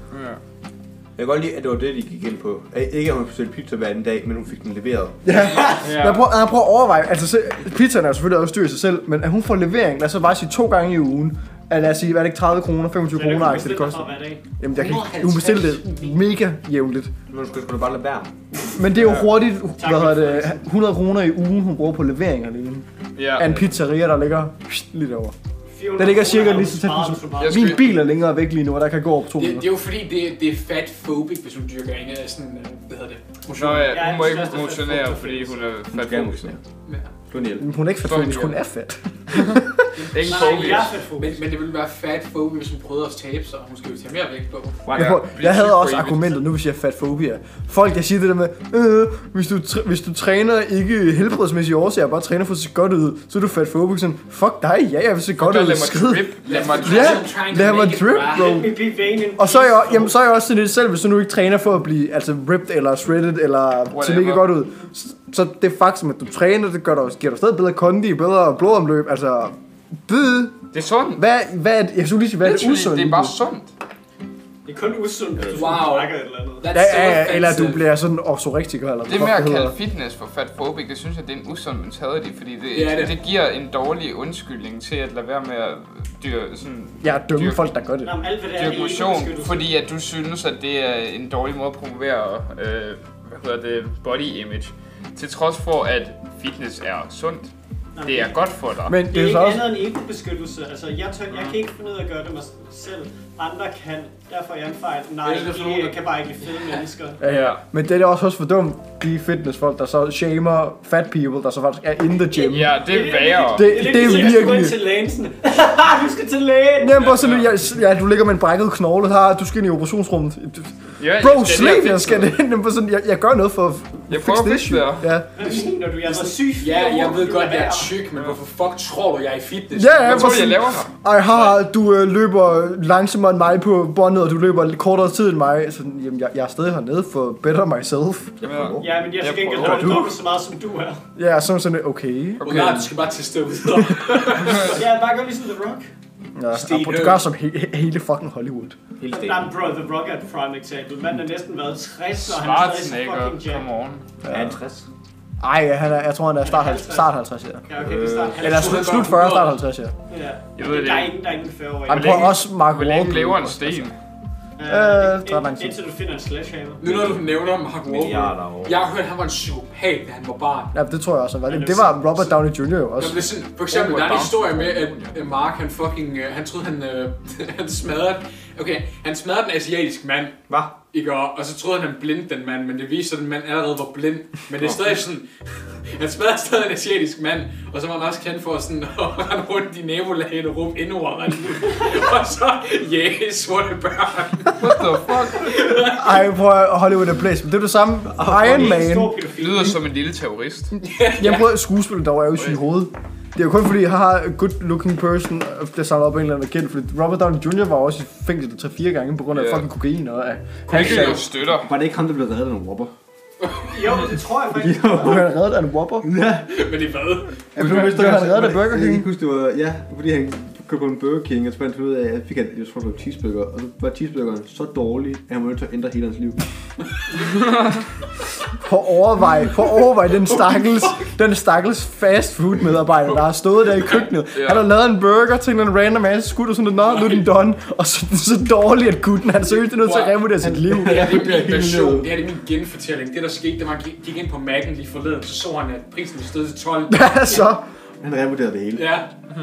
Speaker 6: Jeg kan godt lide, at det var det, de gik ind på. Ikke at hun bestilte pizza hver anden dag, men hun fik den leveret.
Speaker 3: Ja.
Speaker 1: Ja.
Speaker 3: Jeg prøver, jeg prøver at overveje, altså se, pizzaen er jo selvfølgelig også dyr i sig selv, men at hun får levering, lad os så bare sige to gange i ugen, at lad os sige, hvad er det ikke, 30 kroner, 25
Speaker 5: Men det
Speaker 3: kroner,
Speaker 5: kunne
Speaker 3: ikke, det
Speaker 5: bestille mig for
Speaker 3: koster.
Speaker 5: hver dag.
Speaker 3: Jamen, jeg kan ikke, hun bestiller det mega jævnligt.
Speaker 6: Men skulle skulle bare lade være.
Speaker 3: Men det er jo hurtigt, hvad
Speaker 5: for
Speaker 3: hedder det, 100 kroner i ugen, hun bruger på leveringer alene.
Speaker 1: Ja.
Speaker 3: Af en pizzeria, der ligger lidt over.
Speaker 5: 400
Speaker 3: Den ligger
Speaker 5: kroner
Speaker 3: cirka
Speaker 5: har
Speaker 3: lige
Speaker 5: du
Speaker 3: så tæt på
Speaker 5: sparet,
Speaker 3: som-
Speaker 5: hvis du bare-
Speaker 1: Jeg
Speaker 3: Min
Speaker 1: skal-
Speaker 3: bil er længere væk lige nu, og der kan gå over på to
Speaker 2: Det, det
Speaker 3: minutter.
Speaker 2: er jo fordi, det, det er fatphobic, hvis hun dyrker en af sådan, øh, hvad hedder det?
Speaker 1: Nå ja,
Speaker 5: Jeg er
Speaker 1: hun må
Speaker 5: den
Speaker 1: ikke
Speaker 5: største
Speaker 1: motionere,
Speaker 5: fatfobisk.
Speaker 1: fordi hun er
Speaker 6: Hun skal
Speaker 1: fatfokus.
Speaker 6: motionere.
Speaker 2: Ja.
Speaker 6: Du er en hjælp.
Speaker 3: Men hun er ikke fat,
Speaker 1: Fuck,
Speaker 3: hvis hun
Speaker 1: ja.
Speaker 3: er fat.
Speaker 1: Ingen
Speaker 5: Nej, jeg er
Speaker 1: fokus.
Speaker 5: fat fokus.
Speaker 2: Men, men det ville være fatphobic, hvis hun prøvede at tabe sig, og hun skal jo tage mere vægt på.
Speaker 3: Jeg, prøver, jeg havde også argumentet, nu hvis jeg fatfobia. Folk, jeg siger det der med, øh, hvis, du tr- hvis du træner ikke helbredsmæssige årsager, bare træner for at se godt ud, så er du fatfobic. Sådan, fuck dig, ja, jeg vil se godt
Speaker 1: Lad
Speaker 3: ud.
Speaker 1: mig
Speaker 3: Skrid.
Speaker 1: drip. Lad mig drip.
Speaker 3: Ja,
Speaker 2: I'm trying to
Speaker 3: lad mig
Speaker 2: make it
Speaker 3: drip,
Speaker 2: right.
Speaker 3: bro.
Speaker 5: Let me be vain and
Speaker 3: Og så er, jeg,
Speaker 5: peaceful.
Speaker 3: jamen, så er jeg også sådan lidt selv, hvis du nu ikke træner for at blive altså, ripped eller shredded eller se mega
Speaker 1: Whatever.
Speaker 3: godt ud. Så, så det faktum, at du træner, det gør dig, giver dig stadig bedre kondi, bedre blodomløb. Altså, bød.
Speaker 1: Det er sundt.
Speaker 3: Hvad, hvad er det, jeg skulle lige sige, hvad er det
Speaker 1: Literally,
Speaker 3: usundt?
Speaker 1: Det er bare sundt.
Speaker 5: Det er kun usundt, hvis du
Speaker 2: Wow.
Speaker 5: snakker et eller andet.
Speaker 2: That's
Speaker 3: Ja,
Speaker 2: so
Speaker 3: ja, ja, eller
Speaker 2: offensive.
Speaker 3: du bliver sådan orsoriktiker, eller hvad
Speaker 1: Det med
Speaker 3: fuck
Speaker 1: at
Speaker 3: hedder.
Speaker 1: kalde fitness for fatphobic, det synes jeg, det er en usund mentality, fordi det,
Speaker 2: Ja, det-
Speaker 1: det. det giver en dårlig undskyldning til at lade være med at dyr, sådan,
Speaker 3: Jeg er dømme
Speaker 1: dyrke-
Speaker 3: folk, der gør det.
Speaker 5: Nå, men alt, hvad det er,
Speaker 1: dyrke
Speaker 5: det er ikke
Speaker 1: motion,
Speaker 5: beskyttet.
Speaker 1: fordi at du synes, at det er en dårlig måde at promovere øh, hvad hedder det, body image, til trods for, at fitness er sundt.
Speaker 5: Nej,
Speaker 1: Det er godt for dig.
Speaker 3: Men
Speaker 5: Det
Speaker 3: det
Speaker 5: er
Speaker 3: er
Speaker 5: jo
Speaker 3: jo så
Speaker 5: ikke
Speaker 3: også...
Speaker 5: andet end ego-beskyttelse. Altså, jeg, tør, jeg
Speaker 1: Mm.
Speaker 5: kan ikke finde ud af at gøre det mig selv. Andre kan, derfor er jeg en fejl. Nej,
Speaker 2: Jeg elsker sådan nogle,
Speaker 5: jeg
Speaker 2: der-
Speaker 5: kan bare ikke lide fede mennesker.
Speaker 3: Ja, ja. Men det er da også også for dumt, de fitnessfolk, der så shamer fat people, der så faktisk er in the gym.
Speaker 1: Ja, det er værre.
Speaker 3: Det,
Speaker 5: lidt
Speaker 3: det er
Speaker 5: ligesom, at skulle ind
Speaker 3: virkelig...
Speaker 5: til lægen [laughs] sådan, du skal til lægen!
Speaker 3: Jamen, bare sådan, ja, ja, du ligger med en brækket knogle her, du skal ind i operationsrummet. Du-
Speaker 1: Ja, jeg
Speaker 3: Bro,
Speaker 1: skal
Speaker 3: sleep,
Speaker 1: lige
Speaker 3: jeg skal
Speaker 1: have
Speaker 3: det. Jamen, bare sådan, jeg, jeg gør noget for at
Speaker 1: Jeg
Speaker 3: fix
Speaker 1: prøver at
Speaker 3: det
Speaker 1: fikse
Speaker 3: issue.
Speaker 1: det her.
Speaker 3: Ja,
Speaker 5: Hvad mener du? Jeg var syg fire
Speaker 2: Ja, jeg
Speaker 5: år,
Speaker 2: ved
Speaker 5: du
Speaker 2: godt,
Speaker 5: er
Speaker 2: jeg er
Speaker 5: værd.
Speaker 2: tyk, men hvorfor fuck tror du, jeg er i fitness?
Speaker 3: ja, ja
Speaker 1: Hvad
Speaker 3: bare
Speaker 1: tror du, jeg
Speaker 3: sådan,
Speaker 1: laver her?
Speaker 3: ej, haha, du øh, løber langsommere end mig på båndet, og du løber lidt kortere tid end mig. Sådan, jamen, jeg, jeg er stadig hernede for better myself.
Speaker 1: Ja.
Speaker 5: Ja, men jeg
Speaker 1: Jeg
Speaker 5: skal ikke
Speaker 1: prøver.
Speaker 5: have drukket så meget, som du er.
Speaker 3: Ja, sådan sådan, okay.
Speaker 2: Okay.
Speaker 1: Okay.
Speaker 2: Nej, du skal bare teste det ud. Stop.
Speaker 5: Jeg er bare godt ligesom The Rock.
Speaker 3: Ja,
Speaker 2: Steve
Speaker 3: apropos, du
Speaker 2: Irwin.
Speaker 3: gør som he- he- hele fucking Hollywood.
Speaker 6: Helt
Speaker 5: Nej, men bro, The Rock er et prime eksempel. Manden er næsten været 60, og han er stadig
Speaker 1: Schwarzenegger,
Speaker 5: fucking jack.
Speaker 1: come on.
Speaker 6: Ja. Han er 60.
Speaker 3: Ej, han er, jeg tror, han er start,
Speaker 5: Han er
Speaker 3: 50, start 50, ja.
Speaker 5: Ja, okay, det er start.
Speaker 3: Eller slut, slut 40, start 50, ja.
Speaker 5: Ja.
Speaker 1: Jeg ved det
Speaker 5: Der er
Speaker 1: ikke.
Speaker 5: ingen, der er ingen 40 år i.
Speaker 3: Han
Speaker 1: Hvor
Speaker 3: prøver
Speaker 1: længe-
Speaker 3: også Mark
Speaker 1: Hvor længe
Speaker 3: Wahlberg.
Speaker 1: lever en sten?
Speaker 3: Øh,
Speaker 5: ind-
Speaker 3: der er lang tid.
Speaker 5: Indtil du finder en sledgehammer.
Speaker 2: Nu når du nævner Mark
Speaker 6: Milliarder
Speaker 2: Wahlberg,
Speaker 6: år.
Speaker 2: jeg har hørt, at han var en psykopat, da han var barn.
Speaker 3: Ja, det tror jeg også, han var.
Speaker 5: Han er
Speaker 3: Det, det var Robert Downey Jr. jo
Speaker 2: Nå,
Speaker 3: også.
Speaker 2: men det er sådan, for eksempel, der er en
Speaker 1: Robert
Speaker 2: historie med, at at Mark, han fucking, øh, han troede, han, øh, [laughs] han smadrede, okay, han smadrede en asiatisk mand,
Speaker 6: Hva?
Speaker 2: ikke? Og, og så troede han, han blindte den mand, men det viste sig, at den mand allerede var blind. Men det er stadig sådan, [laughs] han smadrede stadig en asiatisk mand, og så var han også kendt for sådan [laughs] at rende rundt i nabolagen og råbe indord. og alt muligt. [laughs] og så, [laughs] yeah, sorte børn.
Speaker 1: What the fuck?
Speaker 3: Ej, prøv at Hollywood er blæst. Men det er det samme. Iron
Speaker 5: En
Speaker 3: Man.
Speaker 5: stor pædofil.
Speaker 1: Lyder som en lille terrorist.
Speaker 3: Jeg prøvede skuespillet, der var jo i sin hoved. Det er jo kun fordi, jeg har a good looking person, og det samler op af en eller anden kendt, fordi Robert Downey Jr. var også i fængsel 3-4 gange på grund af
Speaker 1: Ja.
Speaker 3: fucking kokain og af
Speaker 1: Hvilket
Speaker 3: hashtag.
Speaker 1: jo støtter.
Speaker 6: Var det ikke ham, der blev reddet af en [laughs] whopper?
Speaker 5: Jo, det tror
Speaker 3: [laughs]
Speaker 5: jeg faktisk.
Speaker 3: Blev han reddet af en Whopper?
Speaker 6: Ja.
Speaker 2: Men det hvad?
Speaker 6: Jeg
Speaker 3: blev vist, at han reddet af Burger
Speaker 6: Jeg kan
Speaker 3: King.
Speaker 6: ikke huske, det var, ja, fordi han købte en Burger King, og så fandt han ud af, at jeg fik han, jeg tror, det var cheeseburger, og så var cheeseburgeren så dårlig, at han var nødt til at ændre hele hans liv.
Speaker 3: På overvej, på overvej den stakkels, den stakkels fast food medarbejder, der har stået der i køkkenet.
Speaker 1: Ja.
Speaker 3: Han har lavet en burger til en eller anden random ass gut, og sådan noget, nå, nu er den done. Og så, så dårlig, at gutten, han seriøst er nødt til at revurdere sit liv.
Speaker 2: Ja, det er
Speaker 6: bliver
Speaker 2: min version.
Speaker 6: hyldet.
Speaker 2: Det her det er min genfortælling. Det, der skete, det var, at han gik ind på Mac'en lige forleden, så så han, at prisen var steget til 12.
Speaker 3: Ja, [laughs] så.
Speaker 6: Han revurderede det hele. Ja.
Speaker 2: Ja,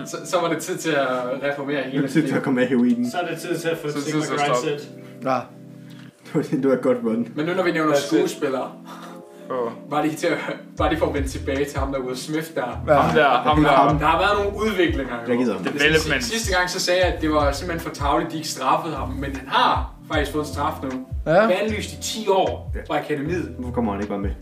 Speaker 2: så, så var det tid til at reformere
Speaker 6: Det
Speaker 2: hele
Speaker 6: var tid til
Speaker 2: det.
Speaker 6: at komme af heroinen.
Speaker 5: Så er det tid til at
Speaker 1: Så
Speaker 5: få
Speaker 1: er det tid
Speaker 5: ting
Speaker 1: til
Speaker 5: at
Speaker 1: at
Speaker 5: grind
Speaker 1: stoppe.
Speaker 5: set.
Speaker 3: Ja.
Speaker 6: Det var, det var et godt run.
Speaker 2: Men nu når vi nævner
Speaker 1: That's it.
Speaker 2: skuespillere,
Speaker 1: Åh.
Speaker 2: bare lige, til at, bare lige for at vende tilbage til ham der Will Smith der.
Speaker 3: Ja.
Speaker 1: Ham der, ham der.
Speaker 2: Der har været nogle udviklinger.
Speaker 6: Jeg gider ham.
Speaker 1: Development.
Speaker 2: Sidste gang så sagde jeg, at det var simpelthen for tavligt, de ikke straffede ham. Men han har faktisk fået en straf nu.
Speaker 3: Ja.
Speaker 2: Ja. Bandlyst i 10 år fra akademiet.
Speaker 6: Hvorfor kommer han ikke bare med?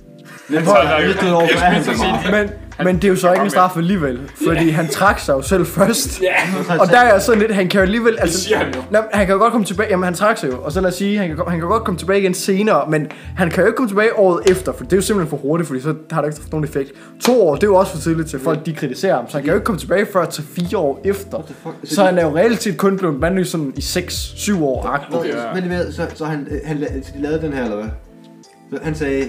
Speaker 1: Han tager der
Speaker 6: virkelig over, hvor er han så meget.
Speaker 3: Men, men det er jo så ikke en straf alligevel, fordi han trak sig jo selv først.
Speaker 2: Ja,
Speaker 3: Og der er jeg sådan lidt, han kan jo alligevel...
Speaker 2: det
Speaker 3: Altså,
Speaker 2: siger han jo.
Speaker 3: Nå, men han kan jo godt komme tilbage, jamen han trak sig jo, og så lad os sige, han kan, han kan godt komme tilbage igen senere, men han kan jo ikke komme tilbage året efter, for det er jo simpelthen for hurtigt, fordi så har det ikke haft nogen effekt. To år, det er jo også for tidligt til at folk, de kritiserer ham, så han kan jo ikke komme tilbage før til fire år efter. Så han er jo reelt set kun blevet bandlyst sådan i 6-7 år agtigt.
Speaker 1: Okay.
Speaker 6: Men det ved, så, så han, øh, han, la- så de lavede den her, eller hvad? Så han sagde,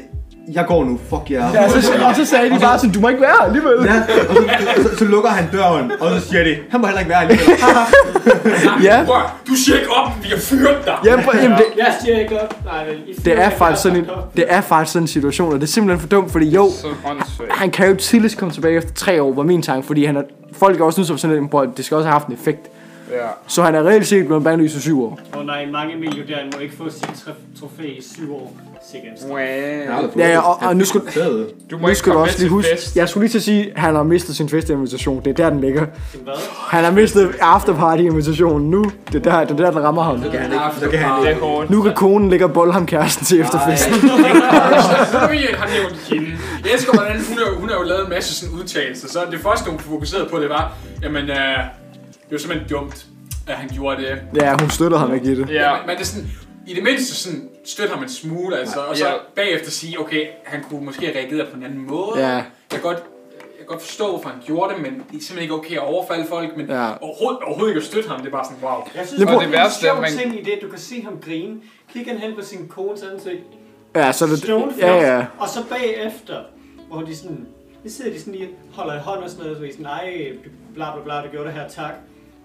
Speaker 6: jeg går nu, fuck jer.
Speaker 3: Ja, så, og så sagde de bare Altså- sådan, du må ikke være her alligevel.
Speaker 6: Ja, og så, så, så, lukker han døren, og så siger de, han må heller ikke være alligevel.
Speaker 4: [laughs]
Speaker 3: Ja.
Speaker 2: Prøv, du siger ikke op, vi har fyret dig.
Speaker 3: Jamen, pr- jamen, det,
Speaker 5: Jeg siger ikke op. Nej, vel. I
Speaker 3: det, er
Speaker 5: fyrer
Speaker 3: faktisk sådan en,
Speaker 5: jer.
Speaker 3: det er faktisk sådan en situation, og det er simpelthen for dumt, fordi jo,
Speaker 1: Så åndssvagt.
Speaker 3: han kan jo tidligst komme tilbage efter tre år, var min tanke, fordi han er, folk er også nu som sådan, at "Bror, det skal også have haft en effekt.
Speaker 1: Ja.
Speaker 3: Så han er reelt set blevet bandlyst i syv år.
Speaker 5: Åh nej, mange millionærer må ikke få sit tr- trofæ i syv år. Sikkert.
Speaker 3: Ja, ja, og- og nu skulle-
Speaker 1: Du må
Speaker 3: Nu
Speaker 1: ikke
Speaker 3: skal du
Speaker 1: komme med
Speaker 3: også lige
Speaker 1: til
Speaker 3: huske,
Speaker 1: fest.
Speaker 3: jeg skulle lige til at sige, at han har mistet sin festinvitation. Det er der, den ligger.
Speaker 5: Til hvad?
Speaker 3: Han har mistet afterparty-invitationen nu. Det er der, det er der den rammer ham.
Speaker 2: han ikke.
Speaker 6: Så kan han
Speaker 1: Det er hårdt.
Speaker 3: Nu kan konen ligge og bolle ham kæresten til efterfesten.
Speaker 2: Så ved jeg, at han nævnte hende. Jeg elsker, hvordan hun, har, hun har jo lavet en masse sådan udtalelser, så det første, hun fokuserede på, det var, jamen, øh, det var simpelthen dumt, at han gjorde det.
Speaker 3: Ja, hun støtter ham ikke i det.
Speaker 1: Ja.
Speaker 2: Ja. Men det er sådan, i det mindste sådan, støtte ham en smule, altså, og så
Speaker 1: Ja.
Speaker 2: bagefter sige, okay, han kunne måske have reageret på en anden måde.
Speaker 3: Ja.
Speaker 2: Jeg kan godt jeg kan godt forstå, hvorfor han gjorde det, men det er simpelthen ikke okay at overfalde folk, men
Speaker 3: Ja.
Speaker 2: overhovedet, overhovedet ikke at støtte ham, det er bare sådan, wow.
Speaker 5: Jeg
Speaker 3: Det
Speaker 5: synes, det
Speaker 3: er
Speaker 5: er
Speaker 1: det
Speaker 5: en
Speaker 1: værste,
Speaker 5: sjov
Speaker 1: man-
Speaker 5: ting i det, at du kan se ham grine. Kigger han hen på sin kones ansigt.
Speaker 3: Ja, så er det...
Speaker 5: Stoneface.
Speaker 3: Ja, ja.
Speaker 5: Og så bagefter, hvor de sådan... Det sidder de sådan lige holder i hånd og sådan noget, og så er de sådan, nej, bla bla bla, du gjorde det her, tak.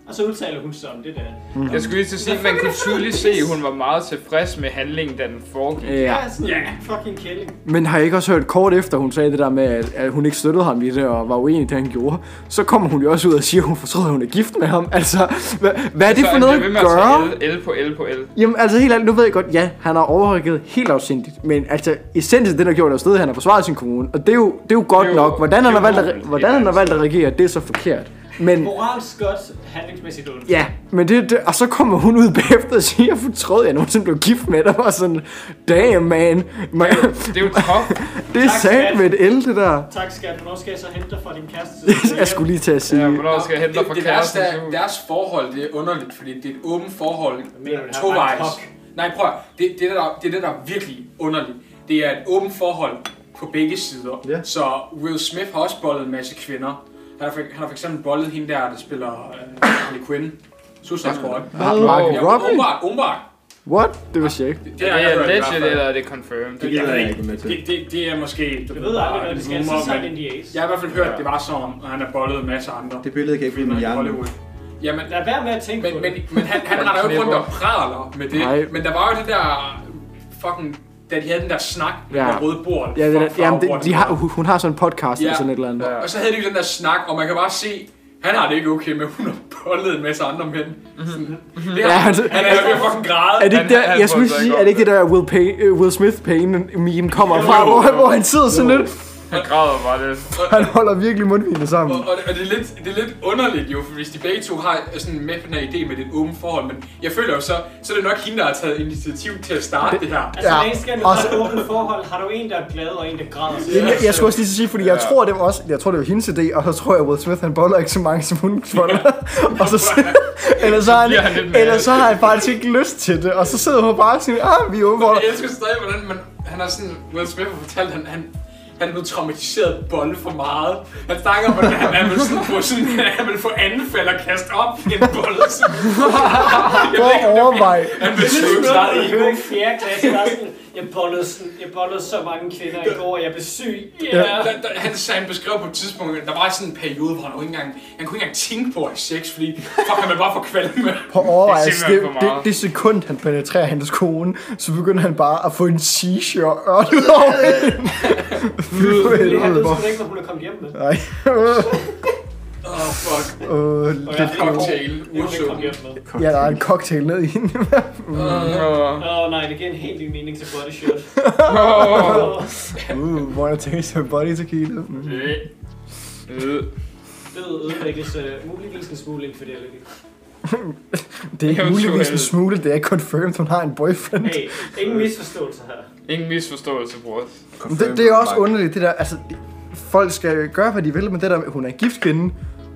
Speaker 5: Og så udtaler hun sig om det der.
Speaker 1: Jeg skulle lige til at sige, at man kunne tydeligt se, at hun var meget tilfreds med handlingen, da den foregik.
Speaker 3: Ja.
Speaker 5: Jeg er sådan en fucking kælling.
Speaker 3: Men har I ikke også hørt kort efter, hun sagde det der med, at, at hun ikke støttede ham i det, og var uenig i det, han gjorde? Så kommer hun jo også ud og siger, at hun fortryder, at hun er gift med ham. Altså, hvad, hvad er det
Speaker 1: Så
Speaker 3: for
Speaker 1: han
Speaker 3: noget
Speaker 1: bliver ved
Speaker 3: at
Speaker 1: med
Speaker 3: gøre?
Speaker 1: at tage L, L på L på L.
Speaker 3: Jamen altså helt ærligt, nu ved jeg godt, ja, han har overrykket helt afsindigt, men altså essensen af det, der gjorde det afsted, han har forsvaret sin kommune, og det er jo, det er jo godt
Speaker 1: Det er jo-
Speaker 3: nok. Hvordan
Speaker 1: det er
Speaker 3: han, har
Speaker 1: jo
Speaker 3: valgt at,
Speaker 1: nobelt,
Speaker 3: hvordan
Speaker 1: helt
Speaker 3: han har
Speaker 1: ærligt.
Speaker 3: valgt at regere, det er så forkert. Men
Speaker 5: Moralsk godt, handlingsmæssigt ondt.
Speaker 3: ja, men det, det, og så kommer hun ud bagefter og siger, jeg fortrød, at jeg nogensinde blev gift med dig, og sådan, damn man, man
Speaker 1: Det er jo top.
Speaker 3: det er
Speaker 5: Tak,
Speaker 3: sandt med et el, det der.
Speaker 5: Tak skat, hvornår skal jeg så hente dig fra din kæreste?
Speaker 3: [laughs] Jeg skulle lige til at sige,
Speaker 1: Ja, hvornår skal jeg hente dig
Speaker 2: det,
Speaker 1: fra
Speaker 2: det værste
Speaker 1: kæresten?
Speaker 2: er, deres forhold det er underligt, fordi det er et åbent forhold
Speaker 5: mener du, det er
Speaker 2: tovejs.
Speaker 5: bare kok?
Speaker 2: Nej, prøv at- det, det, er det, der, det er det, der er virkelig underligt. Det er et åbent forhold på begge sider.
Speaker 6: Ja.
Speaker 2: Så Will Smith har også bollet en masse kvinder. Han har, for, han har for eksempel bollet hende der, der spiller øh, Harley Quinn. Suicide Squad.
Speaker 3: Margot
Speaker 2: Ja,
Speaker 3: Robbie?
Speaker 2: Umbar, Umbar.
Speaker 3: what? Det var sjovt.
Speaker 2: Det,
Speaker 1: Det
Speaker 2: har jeg
Speaker 1: er
Speaker 2: hørt i hvert
Speaker 1: legit,
Speaker 2: fald.
Speaker 1: eller er det confirmed?
Speaker 6: Det gider jeg ikke være med til.
Speaker 2: Det, det, det er måske...
Speaker 5: Jeg ved aldrig, hvad det skal, så
Speaker 2: humor,
Speaker 5: sagt
Speaker 2: men-
Speaker 5: NDA's.
Speaker 2: Jeg har i hvert fald hørt, at det var sådan, og han har bollet en masse andre.
Speaker 6: Det billede kan jeg ikke finde i min
Speaker 2: i
Speaker 6: hjerne.
Speaker 2: Hollywood. Jamen,
Speaker 5: Lad være med at tænke
Speaker 2: men,
Speaker 5: på
Speaker 2: men,
Speaker 5: det.
Speaker 2: men han, han render jo ikke rundt og praler med det.
Speaker 3: Nej.
Speaker 2: Men der var jo det der fucking... Da de havde den der snak med
Speaker 3: Ja.
Speaker 2: ja. røde bord.
Speaker 3: Ja, det, der- jamen, det, de har, hun- hun har sådan en podcast
Speaker 2: Ja.
Speaker 3: eller sådan et eller andet.
Speaker 2: Ja. Og så havde de jo den der snak, og man kan bare se, han har det ikke okay med, hun har bollet en masse andre mænd. Sådan. Det er, ja,
Speaker 3: Ja,
Speaker 2: han,
Speaker 3: altså-
Speaker 2: han er jo ved at fucking græde.
Speaker 3: Er det ikke
Speaker 1: Han-
Speaker 3: der,
Speaker 1: han
Speaker 3: jeg skulle
Speaker 1: bryder sig
Speaker 3: sige,
Speaker 1: ikke
Speaker 3: er det
Speaker 1: om
Speaker 3: ikke det der Will, Pay, øh, Will Smith Payne meme kommer fra, hvor, hvor han sidder sådan lidt,
Speaker 1: Han græder bare lidt.
Speaker 3: han holder virkelig mundvindene
Speaker 2: Og,
Speaker 3: sammen.
Speaker 2: og, og det, er lidt, det er lidt underligt jo, for hvis de begge to har sådan med på den her idé med det åbne forhold, men jeg føler jo så, så er det nok hende, der har taget initiativ til at starte det, det her.
Speaker 5: Altså,
Speaker 3: Ja.
Speaker 5: ja. længe skal du
Speaker 3: Og
Speaker 5: have
Speaker 3: så-
Speaker 5: et åbent forhold, har du en, der er glad og en, der græder. Så
Speaker 3: Jeg, jeg skulle også lige til at sige, fordi jeg tror, det var også, jeg tror, det var hendes idé, og så tror jeg, Will Smith, han boller ikke så mange, som hun boller. og så, eller så, har
Speaker 1: bliver han
Speaker 3: han,
Speaker 1: lidt mad.
Speaker 3: eller så har han faktisk ikke lyst til det, og så sidder hun bare og siger, ah, vi er åbne for
Speaker 2: Jeg
Speaker 3: dig.
Speaker 2: elsker stadig, hvordan man, han har sådan, Will Smith har fortalt, at han, han, han er blevet traumatiseret bolle for meget. Han snakker om, at han, han vil sådan få sådan, [laughs] han vil få anfald og kaste op i en bolle. [laughs] Sådan.
Speaker 3: Prøv at overveje.
Speaker 2: Han vil slukke sig
Speaker 5: Jeg
Speaker 2: i.
Speaker 5: blev i fjerde klasse, der er sådan, jeg bollede, sådan, jeg bollede så mange kvinder i går, og jeg blev syg. Yeah.
Speaker 2: Der, der, han, sagde- han beskrev på et tidspunkt, at der var sådan en periode, hvor han, jo ikke engang, han kunne ikke engang tænke på at have sex, fordi fuck, han ville bare få kvalme.
Speaker 3: På overvejelse, altså, det,
Speaker 1: simpelthen for
Speaker 3: det,
Speaker 1: meget.
Speaker 3: det, sekund, han penetrerer hendes kone, så begynder han bare at få en seizure og ud over hende. Fy
Speaker 5: Men han ved
Speaker 3: helvede.
Speaker 5: sgu da ikke, hvad hun er kommet hjem med.
Speaker 3: Nej. [laughs]
Speaker 2: Åh, oh, fuck.
Speaker 3: Øh,
Speaker 5: Og
Speaker 3: det,
Speaker 5: jeg
Speaker 2: Cocktail,
Speaker 5: Det er hun ikke kommet hjem med.
Speaker 3: ja, der er en cocktail ned i hende.
Speaker 1: Åh,
Speaker 5: Åh oh, nej, det giver en helt ny mening til body
Speaker 3: [laughs]
Speaker 5: shot.
Speaker 1: åh, åh.
Speaker 3: Uh, wanna taste her body tequila. Mm.
Speaker 1: Øh. Øh.
Speaker 5: Fed ødelæggelse, øh, muligvis en smule infidelity.
Speaker 3: Det er ikke
Speaker 1: Jeg er
Speaker 3: muligvis en
Speaker 1: utrolig.
Speaker 3: smule, det er confirmed, hun har en boyfriend.
Speaker 5: Hey, ingen misforståelser her.
Speaker 1: Ingen misforståelse, brors.
Speaker 3: Men Det, det er også underligt, det der, altså, folk skal gøre, hvad de vil, men det der, med, hun er en gift kvinde,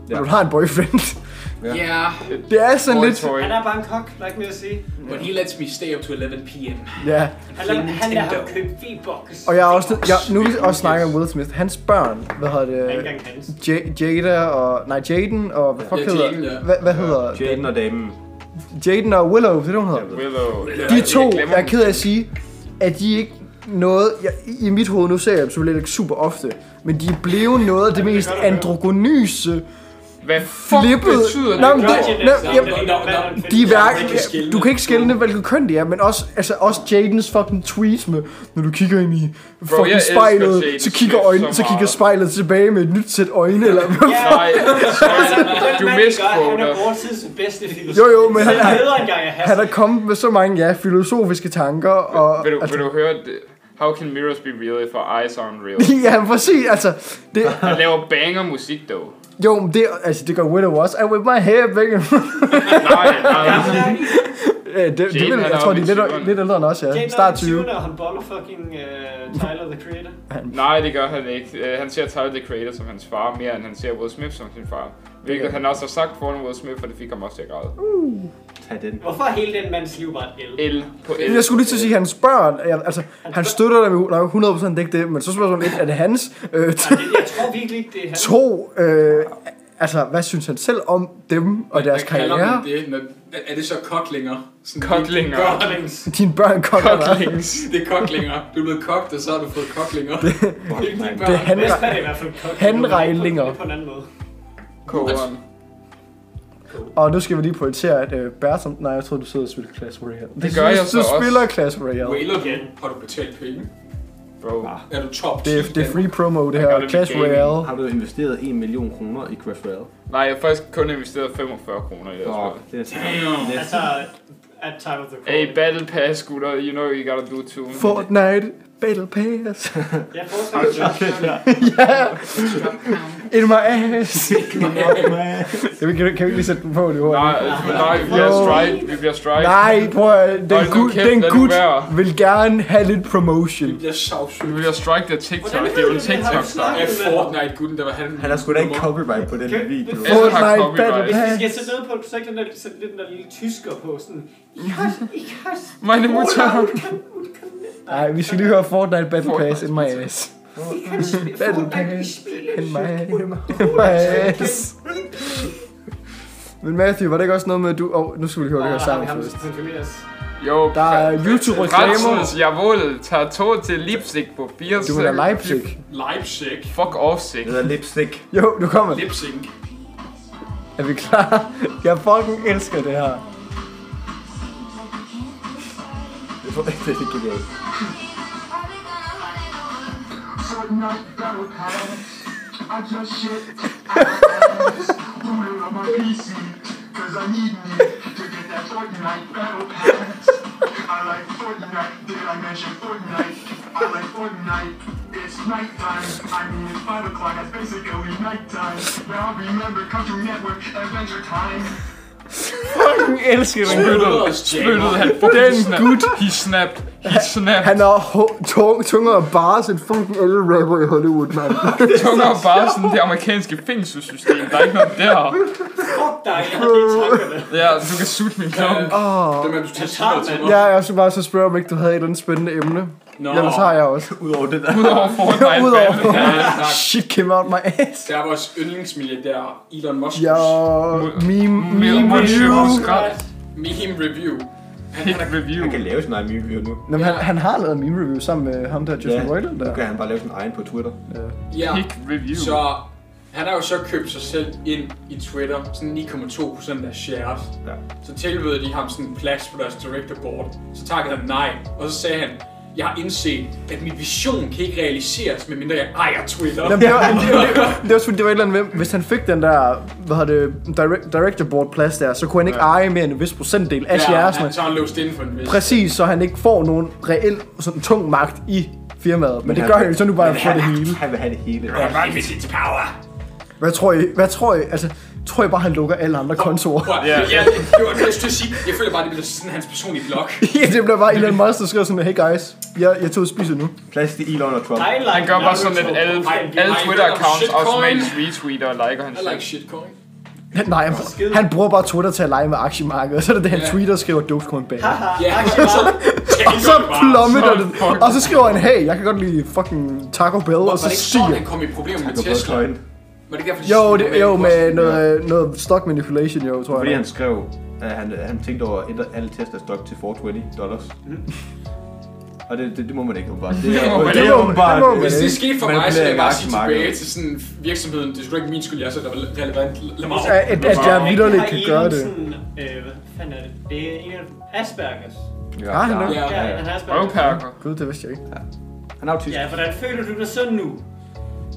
Speaker 3: ja. og hun har en boyfriend. [laughs]
Speaker 2: Ja.
Speaker 6: Ja.
Speaker 2: Yeah.
Speaker 3: Det er sådan
Speaker 1: Boy
Speaker 3: lidt,
Speaker 1: toy.
Speaker 5: Han er bare en kok, der er ikke mere at sige.
Speaker 2: But he lets me stay up to 11 p.m.
Speaker 3: ja.
Speaker 5: Han lader han lader ham købe V-box.
Speaker 3: Og jeg er også, jeg, nu vil jeg også snakke om Will Smith, hans børn, hvad hedder
Speaker 5: Det er
Speaker 3: det,
Speaker 5: ikke engang hans.
Speaker 3: J- Jada og, nej, Jaden og, hvad fuck
Speaker 2: Ja,
Speaker 3: hedder,
Speaker 2: Jaden, ja.
Speaker 3: hvad, hvad hedder,
Speaker 4: Jaden og damen.
Speaker 3: Jaden og Willow, det er det, hun hedder.
Speaker 1: Willow.
Speaker 3: De to, jeg er ked af at sige, at de ikke noget, jeg, i mit hoved, nu ser jeg dem selvfølgelig ikke super ofte, men de blev noget af det mest androgynyse,
Speaker 1: Hvad fuck
Speaker 3: flippede-
Speaker 1: betyder det?
Speaker 3: Nå, men det-
Speaker 5: Roger
Speaker 3: nå,
Speaker 5: Nelson,
Speaker 3: jamen,
Speaker 5: der er en
Speaker 2: nå, nå,
Speaker 5: mand og en
Speaker 3: De er
Speaker 5: kvinde.
Speaker 3: hverken,
Speaker 2: kan skelne.
Speaker 3: du kan ikke skelne, hvilket køn de er, men også, altså, også Jadens fucking tweets med, når du kigger ind i fucking
Speaker 1: jeg elsker
Speaker 3: spejlet,
Speaker 1: Jaden
Speaker 3: så kigger,
Speaker 1: Smith
Speaker 3: øjnene,
Speaker 1: så
Speaker 3: så kigger
Speaker 1: meget.
Speaker 3: spejlet tilbage med et nyt sæt øjne, eller
Speaker 1: Nej, sorry. Du
Speaker 5: Den mand, der gør, Han er
Speaker 1: misquoter.
Speaker 5: vores tids bedste filosof.
Speaker 3: Jo, jo, men
Speaker 5: han
Speaker 3: han-
Speaker 5: er bedre end jeg er
Speaker 3: Han
Speaker 5: Hassan.
Speaker 3: er kommet med så mange, ja, filosofiske tanker, og...
Speaker 1: Vil du,
Speaker 3: altså,
Speaker 1: vil du høre det? How can mirrors be real if our eyes aren't
Speaker 3: [laughs]
Speaker 1: real?
Speaker 3: ja, præcis, altså, det,
Speaker 1: Han laver banger musik, dog.
Speaker 3: jo, men det, altså, det gør Widow også. I whip my hair [laughs] Øh, back and
Speaker 1: Nej, nej.
Speaker 3: Ja, det, det
Speaker 1: Jane,
Speaker 3: vil,
Speaker 1: han er
Speaker 3: jeg tror,
Speaker 1: oppe
Speaker 3: de
Speaker 1: i
Speaker 3: er lidt,
Speaker 1: 20'erne.
Speaker 3: lidt ældre end os, ja.
Speaker 5: James
Speaker 3: Start
Speaker 5: er
Speaker 3: 20.
Speaker 5: den 20'erne, og han boller fucking øh, Tyler, the creator.
Speaker 1: Nej, det gør han ikke. Øh, Han ser Tyler, the Creator, som hans far, mere end han ser Will Smith som sin far. Hvilket han også har sagt foran Will Smith, for det fik ham også til at græde.
Speaker 6: Tag den.
Speaker 5: Hvorfor er hele den mands liv bare et el?
Speaker 1: L på L.
Speaker 3: Jamen, Jeg skulle lige til at sige, at hans børn, ja, altså, han støtter dem jo, nej, 100% det er ikke det, men så spørger man lidt, er det hans? Øh, [laughs]
Speaker 5: Jeg tror virkelig ikke, det er han.
Speaker 3: to, øh, altså, hvad synes han selv om dem og deres
Speaker 2: Hvad kalder
Speaker 3: karriere?
Speaker 2: man Det, når, er- er det så koklinger? Sådan
Speaker 1: Koklinger.
Speaker 2: Kokling.
Speaker 3: Dine børn kommer der.
Speaker 1: Fucklings.
Speaker 2: Det er koklinger. Du er blevet kogt, og så har du fået
Speaker 3: [laughs]
Speaker 2: koklinger. Det, er ikke dine børn.
Speaker 3: Det er
Speaker 5: Næsten
Speaker 3: han,
Speaker 5: er det i hvert fald kok.
Speaker 3: Hanregninger.
Speaker 5: På en anden måde.
Speaker 1: Koren.
Speaker 3: Og nu skal vi lige pointere, at øh, Bertram... Nej, jeg tror du sidder og spiller Clash Royale.
Speaker 1: Det gør jeg
Speaker 3: du,
Speaker 1: så
Speaker 3: Du
Speaker 1: også.
Speaker 3: spiller Clash Royale.
Speaker 2: Wailer du? Har du betalt penge?
Speaker 1: Bro.
Speaker 2: Er du top 10?
Speaker 3: Det er, det er free promo, det
Speaker 1: Jeg gør
Speaker 3: her.
Speaker 1: det
Speaker 3: Clash
Speaker 1: ved gaming.
Speaker 3: Royale.
Speaker 6: Har du investeret 1 million kroner i Crash Royale?
Speaker 1: Nej, jeg har faktisk kun investeret 45 kroner i det her spil.
Speaker 6: det er sådan.
Speaker 2: Damn.
Speaker 5: Altså, at time of the call.
Speaker 1: Hey, Battle Pass, gutter. You know you gotta do too.
Speaker 3: Fortnite Battle Pass. [laughs]
Speaker 5: Jeg forestiller mig,
Speaker 3: In my
Speaker 1: [laughs]
Speaker 3: ass. Kan vi, kan, vi- kan vi ikke lige sætte den på nu?
Speaker 1: Nej, nej, vi bliver
Speaker 3: Jo.
Speaker 1: strike. Vi bliver strike.
Speaker 3: Nej, prøv at høre, den,
Speaker 1: Hold nu
Speaker 3: gut,
Speaker 1: kæft,
Speaker 3: den
Speaker 1: lad nu
Speaker 3: gut
Speaker 1: være.
Speaker 3: vil gerne have lidt promotion.
Speaker 2: Jeg
Speaker 1: Vi
Speaker 2: savsøger
Speaker 1: bliver strike der TikTok. Det er jo en TikTok-snak.
Speaker 2: af Fortnite-gutten, der var han.
Speaker 4: Han har sgu da ikke copyright på den
Speaker 5: Kan-
Speaker 4: video.
Speaker 5: det-
Speaker 1: Ellers har
Speaker 3: Fortnite
Speaker 1: copyright.
Speaker 3: Battle
Speaker 5: hvis vi
Speaker 3: Pass.
Speaker 5: skal sætte ned på et projekt, den der, sætte lidt den der lille tysker på, sådan, I har, I
Speaker 3: [laughs]
Speaker 5: har,
Speaker 1: Meine Mutter.
Speaker 3: Nej, vi skal lige høre Fortnite Battle
Speaker 1: Fortnite
Speaker 3: Pass in my ass.
Speaker 5: I kan spille
Speaker 3: Battle
Speaker 5: Fortnite, I
Speaker 3: Pass.
Speaker 5: spiller
Speaker 3: In my, in my ass. Men Matthew, var det ikke også noget med, at du... Åh, oh, nu skal vi lige høre det
Speaker 1: Ah,
Speaker 3: her sammen først.
Speaker 1: Jo,
Speaker 3: Der er YouTube-reklamer.
Speaker 1: Francis, jawohl, tager tog til Leipzig på 80.
Speaker 3: Du vil have Leipzig.
Speaker 2: Leipzig.
Speaker 1: Fuck off, sick.
Speaker 4: Det hedder lipstick.
Speaker 3: Jo, nu kommer det.
Speaker 2: Leipzig.
Speaker 3: Er vi klar? Jeg fucking elsker det her.
Speaker 4: Jeg tror ikke, det er genialt.
Speaker 3: Fucking elsker den gut.
Speaker 1: Spyttede, spyttede
Speaker 2: [laughs]
Speaker 1: han fucking
Speaker 3: Den
Speaker 1: snap.
Speaker 3: gut.
Speaker 1: He snapped, he snapped.
Speaker 3: Han er ho- tung, tungere bars end fucking alle rapper i Hollywood, mand.
Speaker 1: Tunger bare sådan det amerikanske fængselssystem. Der er ikke noget der.
Speaker 5: Fuck dig, jeg har lige tankerne.
Speaker 1: Ja, du kan sutte min klokke.
Speaker 3: Åh.
Speaker 2: Det er, du tager timer til mig.
Speaker 3: [laughs] Ja, jeg skulle bare så spørge, om ikke du havde et eller andet spændende emne.
Speaker 2: Nå,
Speaker 3: Ellers har jeg
Speaker 2: [laughs]
Speaker 3: også.
Speaker 4: Udover det der.
Speaker 1: Udover Fortnite
Speaker 3: Udover
Speaker 1: Battle Pass.
Speaker 3: Shit came out my ass.
Speaker 2: der er vores yndlingsmilliardær, Elon Musk.
Speaker 3: Yo, meme, meme review.
Speaker 2: Meme review. Han,
Speaker 1: Hit
Speaker 2: han er
Speaker 1: review.
Speaker 4: Han kan lave sin egen review nu.
Speaker 3: Jamen, han, han har lavet meme review sammen med ham der, Justin
Speaker 4: Ja.
Speaker 3: Roiland
Speaker 4: Nu
Speaker 3: der.
Speaker 4: kan han bare lave sin egen på Twitter.
Speaker 2: Ja,
Speaker 1: Hit review.
Speaker 2: så han har jo så købt sig selv ind i Twitter, sådan 9,2% af shares.
Speaker 4: Ja.
Speaker 2: Så tilbød de ham sådan en plads på deres director board. Så takkede han nej, og så sagde han, jeg har indset, at min vision kan ikke realiseres, medmindre jeg ejer Twitter. [laughs]
Speaker 3: Jamen, det, var, det, var, det, var, det, var, sgu- det var et eller andet, hvem- hvis han fik den der, hvad hedder det, direct, director board plads der, så kunne han ikke eje mere end en vis procentdel af
Speaker 2: ja,
Speaker 3: sharesene.
Speaker 2: han- så er han låst inden for en vis.
Speaker 3: Præcis, så han ikke får nogen reel sådan, tung magt i firmaet. Men, det
Speaker 4: han-
Speaker 3: gør han jo så nu bare
Speaker 4: Men
Speaker 3: for det
Speaker 4: han-
Speaker 3: hele.
Speaker 4: Han vil have det hele.
Speaker 2: Unlimited power.
Speaker 3: Hvad tror I? Hvad tror I? Altså, tror I bare, han lukker alle andre kontorer?
Speaker 2: Prøv,
Speaker 1: Ja.
Speaker 2: yeah. jeg, jeg, jeg, jeg, jeg, sige, jeg føler bare, det bliver sådan hans personlige blog.
Speaker 3: [laughs] ja, det bliver bare Elon Musk, der skriver sådan, hey guys, jeg, jeg tog og spise nu.
Speaker 4: Plads til Elon og Trump.
Speaker 1: Han gør bare sådan, at alle, alle Twitter-accounts automatisk retweeter og liker hans
Speaker 2: I like
Speaker 1: shit.
Speaker 2: shitcoin.
Speaker 3: Han- Nej, han, han bruger bare Twitter til at lege med aktiemarkedet, og så er det det, han
Speaker 2: Ja.
Speaker 3: tweeter og skriver Dogecoin bag. [laughs]
Speaker 2: Ja, så,
Speaker 3: Og så plummeter
Speaker 1: så
Speaker 3: det.
Speaker 1: fucking-
Speaker 3: Og så skriver han, hey, jeg kan godt lide fucking Taco Bell, og
Speaker 2: Var
Speaker 3: så
Speaker 2: det ikke sådan,
Speaker 3: siger
Speaker 2: han kom i problemer med
Speaker 4: Det var
Speaker 2: Tesla?
Speaker 4: Bitcoin.
Speaker 2: Var det ikke derfor, de
Speaker 3: jo,
Speaker 2: smider
Speaker 3: det, jo,
Speaker 2: i
Speaker 3: med
Speaker 2: posten?
Speaker 3: noget, noget stock manipulation, jo, tror
Speaker 4: Fordi
Speaker 3: jeg.
Speaker 4: han skrev, at han, han tænkte over at ændre alle Tesla stock til 420 dollars. Og det, det, det må man ikke åbenbart. Det,
Speaker 1: Det må man
Speaker 4: det
Speaker 1: ikke.
Speaker 4: er åbenbart.
Speaker 3: Det må man
Speaker 2: Hvis Altså, det skete for mig, så ville jeg bare sige
Speaker 4: Manipulering af
Speaker 2: tilbage til sådan virksomheden. Det er sgu da ikke min skyld, jeg er så relevant. Lad mig
Speaker 3: At, at, at jeg vidderligt kan gøre det.
Speaker 5: Øh, hvad fanden er det? Det er en af Aspergers.
Speaker 3: Ja, han er.
Speaker 2: Ja,
Speaker 5: Ja,
Speaker 2: ja.
Speaker 5: han har Aspergers.
Speaker 1: Røvperker.
Speaker 3: Gud, det vidste jeg ikke.
Speaker 4: Han er autistisk.
Speaker 5: Ja, hvordan føler du dig så nu?